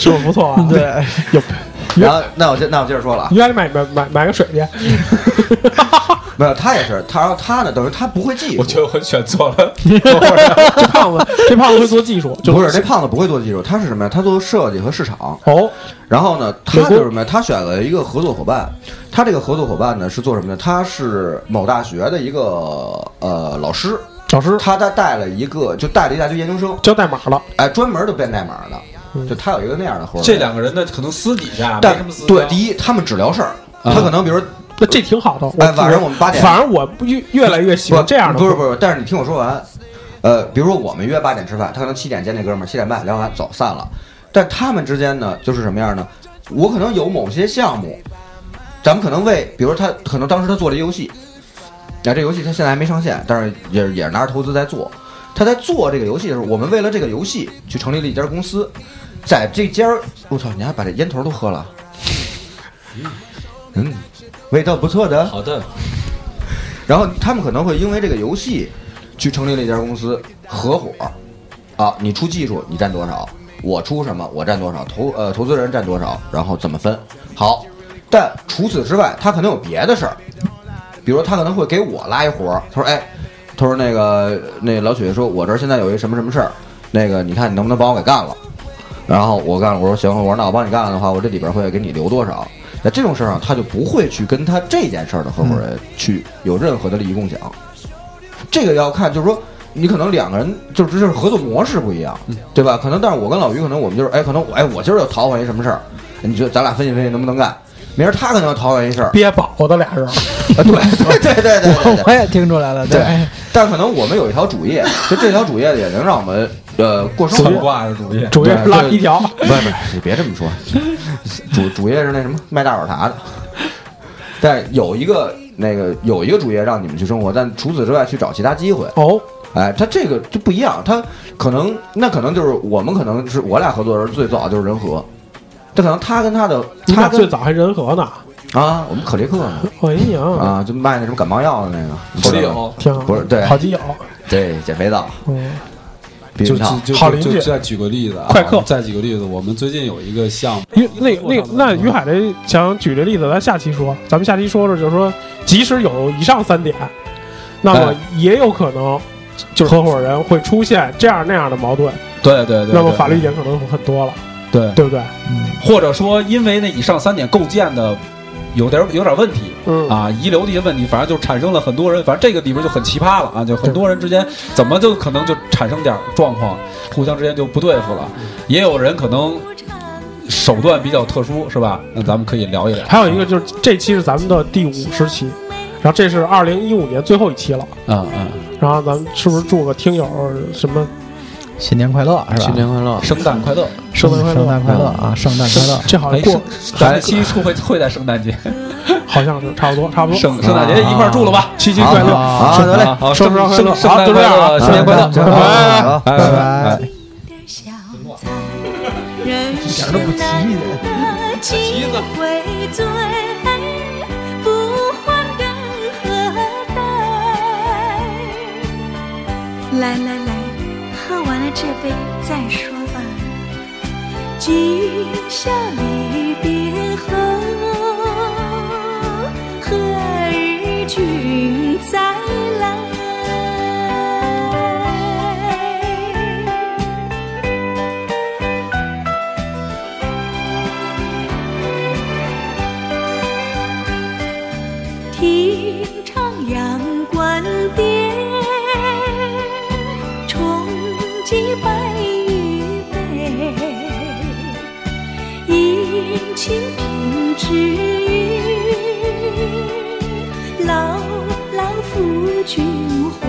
Speaker 7: 是不是
Speaker 6: <laughs>
Speaker 7: 不错啊？
Speaker 8: 对，
Speaker 7: 有
Speaker 9: 然后那我接那我接着说了啊，
Speaker 7: 原来买买买买个水去，
Speaker 9: 没有，他也是，他然后他呢，等于他不会技术
Speaker 6: 我，觉得我选错了，
Speaker 7: 这胖子这胖子会做技术，就
Speaker 9: 不是这胖子不会做技术，他是什么呀？他做设计和市场。
Speaker 7: 哦，
Speaker 9: 然后呢，他
Speaker 7: 美国
Speaker 9: 就是什么呀？他选了一个合作伙伴，他这个合作伙伴呢是做什么呢？他是某大学的一个呃老师，
Speaker 7: 老师
Speaker 9: 他带带了一个就带了一大堆研究生，
Speaker 7: 教代码了，
Speaker 9: 哎，专门就编代码
Speaker 7: 嗯
Speaker 9: 的，就他有一个那样的活儿。
Speaker 6: <laughs> 这两个人呢，可能私底下没
Speaker 9: 但
Speaker 6: 什么私交
Speaker 9: 对，第一，他们只聊事儿，
Speaker 7: 啊
Speaker 9: 他可能比如
Speaker 7: 那这挺好的。我
Speaker 9: 哎晚上我们八点
Speaker 7: 反正我越越来越喜
Speaker 9: 不
Speaker 7: 欢这样的，
Speaker 9: 不是不是，但是你听我说完，呃，比如说我们约八点吃饭，他可能七点见那哥们儿，七点半聊完走散了，但他们之间呢，就是什么样呢？我可能有某些项目，咱们可能为，比如他可能当时他做了一游戏，那、这游戏他现在还没上线，但是也也是拿着投资在做。他在做这个游戏的时候，我们为了这个游戏去成立了一家公司，在这家儿，我操，你还把这烟头都喝了，嗯，味道不错的，
Speaker 6: 好的，
Speaker 9: 然后他们可能会因为这个游戏去成立了一家公司合伙，啊，你出技术你占多少，我出什么我占多少，投呃投资人占多少，然后怎么分？好，但除此之外，他可能有别的事儿，比如他可能会给我拉一活儿，他说哎，他说那个那老许说，我这儿现在有一什么什么事儿，那个你看你能不能帮我给干了？然后我干了，我说行，我说那我帮你干了的话，我这里边会给你留多少？那这种事儿上，他就不会去跟他这件事儿的合伙人去有任何的利益共享。这个要看，就是说你可能两个人就是就是合作模式不一样，对吧？可能但是我跟老于可能我们就是哎，可能我哎我今儿要讨好一什么事儿，你觉得咱俩分析分析能不能干？明儿他可能要讨好一事儿，啊
Speaker 7: 憋饱的俩人，
Speaker 9: 对对对对对对对
Speaker 8: <laughs> 我也听出来了，
Speaker 9: <laughs>
Speaker 8: 哎
Speaker 9: 对，但可能我们有一条主业，就这条主业也能让我们呃过生
Speaker 6: 算
Speaker 9: 活。
Speaker 6: 卦是主业。
Speaker 7: 主要是拉皮条，
Speaker 9: 不是不是，你别这么说，主主业是那什么卖大碗茶的，但有一个那个有一个主业让你们去生活，但除此之外去找其他机会，
Speaker 7: 哦，
Speaker 9: 哎，他这个就不一样，他可能那可能就是我们可能是我俩合作的时候最早就是人和，这可能他跟他的
Speaker 7: 你
Speaker 9: 他
Speaker 7: 俩最
Speaker 9: 跟
Speaker 7: 早还人和呢，
Speaker 9: 啊，我们可立克呢
Speaker 7: 哎呀，
Speaker 9: 啊，就卖那什么感冒药的那个，你知
Speaker 6: 手
Speaker 9: 道
Speaker 6: 里
Speaker 9: 吗
Speaker 6: 有，
Speaker 7: 挺好
Speaker 9: 不是对嗯
Speaker 7: 好基友，
Speaker 9: 对减肥皂、
Speaker 7: 嗯，
Speaker 9: 避
Speaker 6: 就
Speaker 9: 孕套
Speaker 6: 就。就
Speaker 7: 好邻居
Speaker 6: 就再举个例子啊，
Speaker 7: 快客
Speaker 6: 再举个例子，我们最近有一个项目，
Speaker 7: 于那那那于海这想举这例子，咱下期说，咱们下期说说，就是说，即使有以上三点，那么
Speaker 6: 哎
Speaker 7: 也有可能。就是合伙人会出现这样那样的矛盾，
Speaker 6: 对对对，
Speaker 7: 那么
Speaker 6: 对
Speaker 7: 法律意见可能会很多了，
Speaker 6: 对，
Speaker 7: 对不对？
Speaker 6: 或者说因为那以上三点构建的有点有点问题，
Speaker 7: 嗯，
Speaker 6: 啊，遗留的一些问题，反正就产生了很多人，反正这个里边就很奇葩了啊，就很多人之间怎么就可能就产生点状况，互相之间就不对付了，也有人可能手段比较特殊，是吧？那咱们可以聊一聊。
Speaker 7: 还有一个就是这期是咱们的第五十期，然后这是二零一五年最后一期了，
Speaker 6: 啊啊，
Speaker 7: 然后咱们是不是祝个听友什么
Speaker 8: 新年快乐是吧？
Speaker 9: 快乐！
Speaker 6: 圣诞快乐！
Speaker 7: 圣诞快乐？
Speaker 8: 圣诞快乐啊，圣诞快乐！
Speaker 7: 这好像
Speaker 6: 哎，
Speaker 7: 过
Speaker 6: 圣咱们期数会会在圣诞节，
Speaker 7: 好像是差不多，
Speaker 6: <laughs>
Speaker 7: 差不多。
Speaker 6: 圣圣诞节一块儿住了吧？
Speaker 7: 七夕快乐，
Speaker 9: 好，好得嘞，
Speaker 6: 啊好，
Speaker 7: 圣
Speaker 6: 圣
Speaker 7: 诞快乐
Speaker 6: 圣圣
Speaker 7: 好
Speaker 6: 诞
Speaker 7: 就这
Speaker 6: 快
Speaker 7: 样
Speaker 6: 乐，新年快乐，
Speaker 9: 拜拜拜
Speaker 6: 拜
Speaker 8: 拜
Speaker 6: 拜。
Speaker 8: 拜。
Speaker 1: 人生
Speaker 8: 点都不急
Speaker 1: 的机会最爱，不换任何代。来来来，喝完了这杯再说吧，今宵离别后，何日君再来？听徜阳关边，重寄白玉杯，饮清平之云，牢牢抚君怀。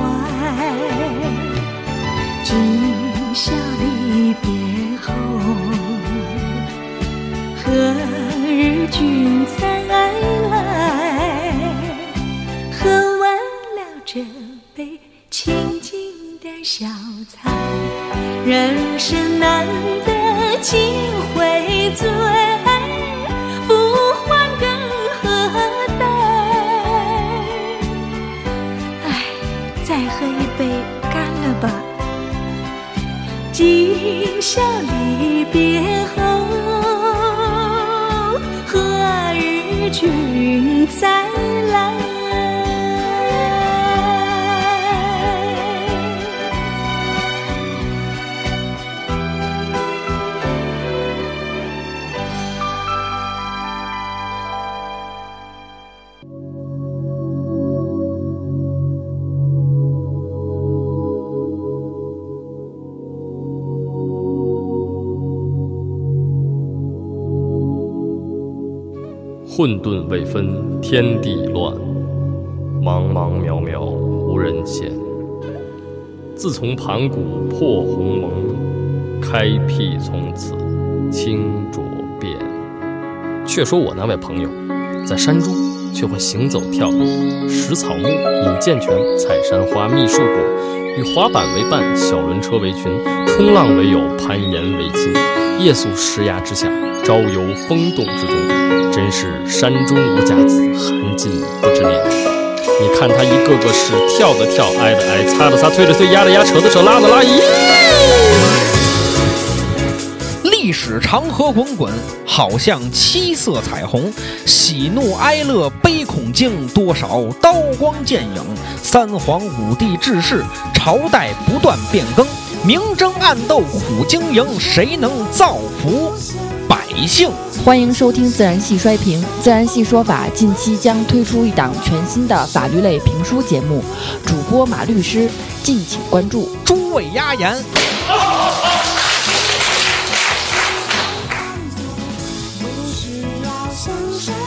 Speaker 1: 今宵离清静的小菜，人生难得几回醉，不欢更何待？哎，再喝一杯，干了吧！今宵离别后，何日君再来？
Speaker 5: 混沌未分天地乱，茫茫渺渺无人见。自从盘古破鸿蒙，开辟从此清浊变。却说我那位朋友，在山中却会行走跳跃，食草木，饮涧泉，采山花，觅树果，与滑板为伴，小轮车为群，冲浪为友，攀岩为亲。夜宿石崖之下，朝游风洞之中，真是山中无甲子，寒尽不知年。你看他一个个是跳的跳，挨的挨，擦的擦，推的推，压的压，扯的扯，拉的拉，咦！
Speaker 8: 历史长河滚滚，好像七色彩虹。喜怒哀乐悲恐惊，多少刀光剑影。三皇五帝治世，朝代不断变更。明争暗斗苦经营，谁能造福百姓？
Speaker 10: 欢迎收听《自然系衰评》。自然系说法近期将推出一档全新的法律类评书节目，主播马律师，敬请关注。
Speaker 8: 诸位压言。
Speaker 1: 不需要想象。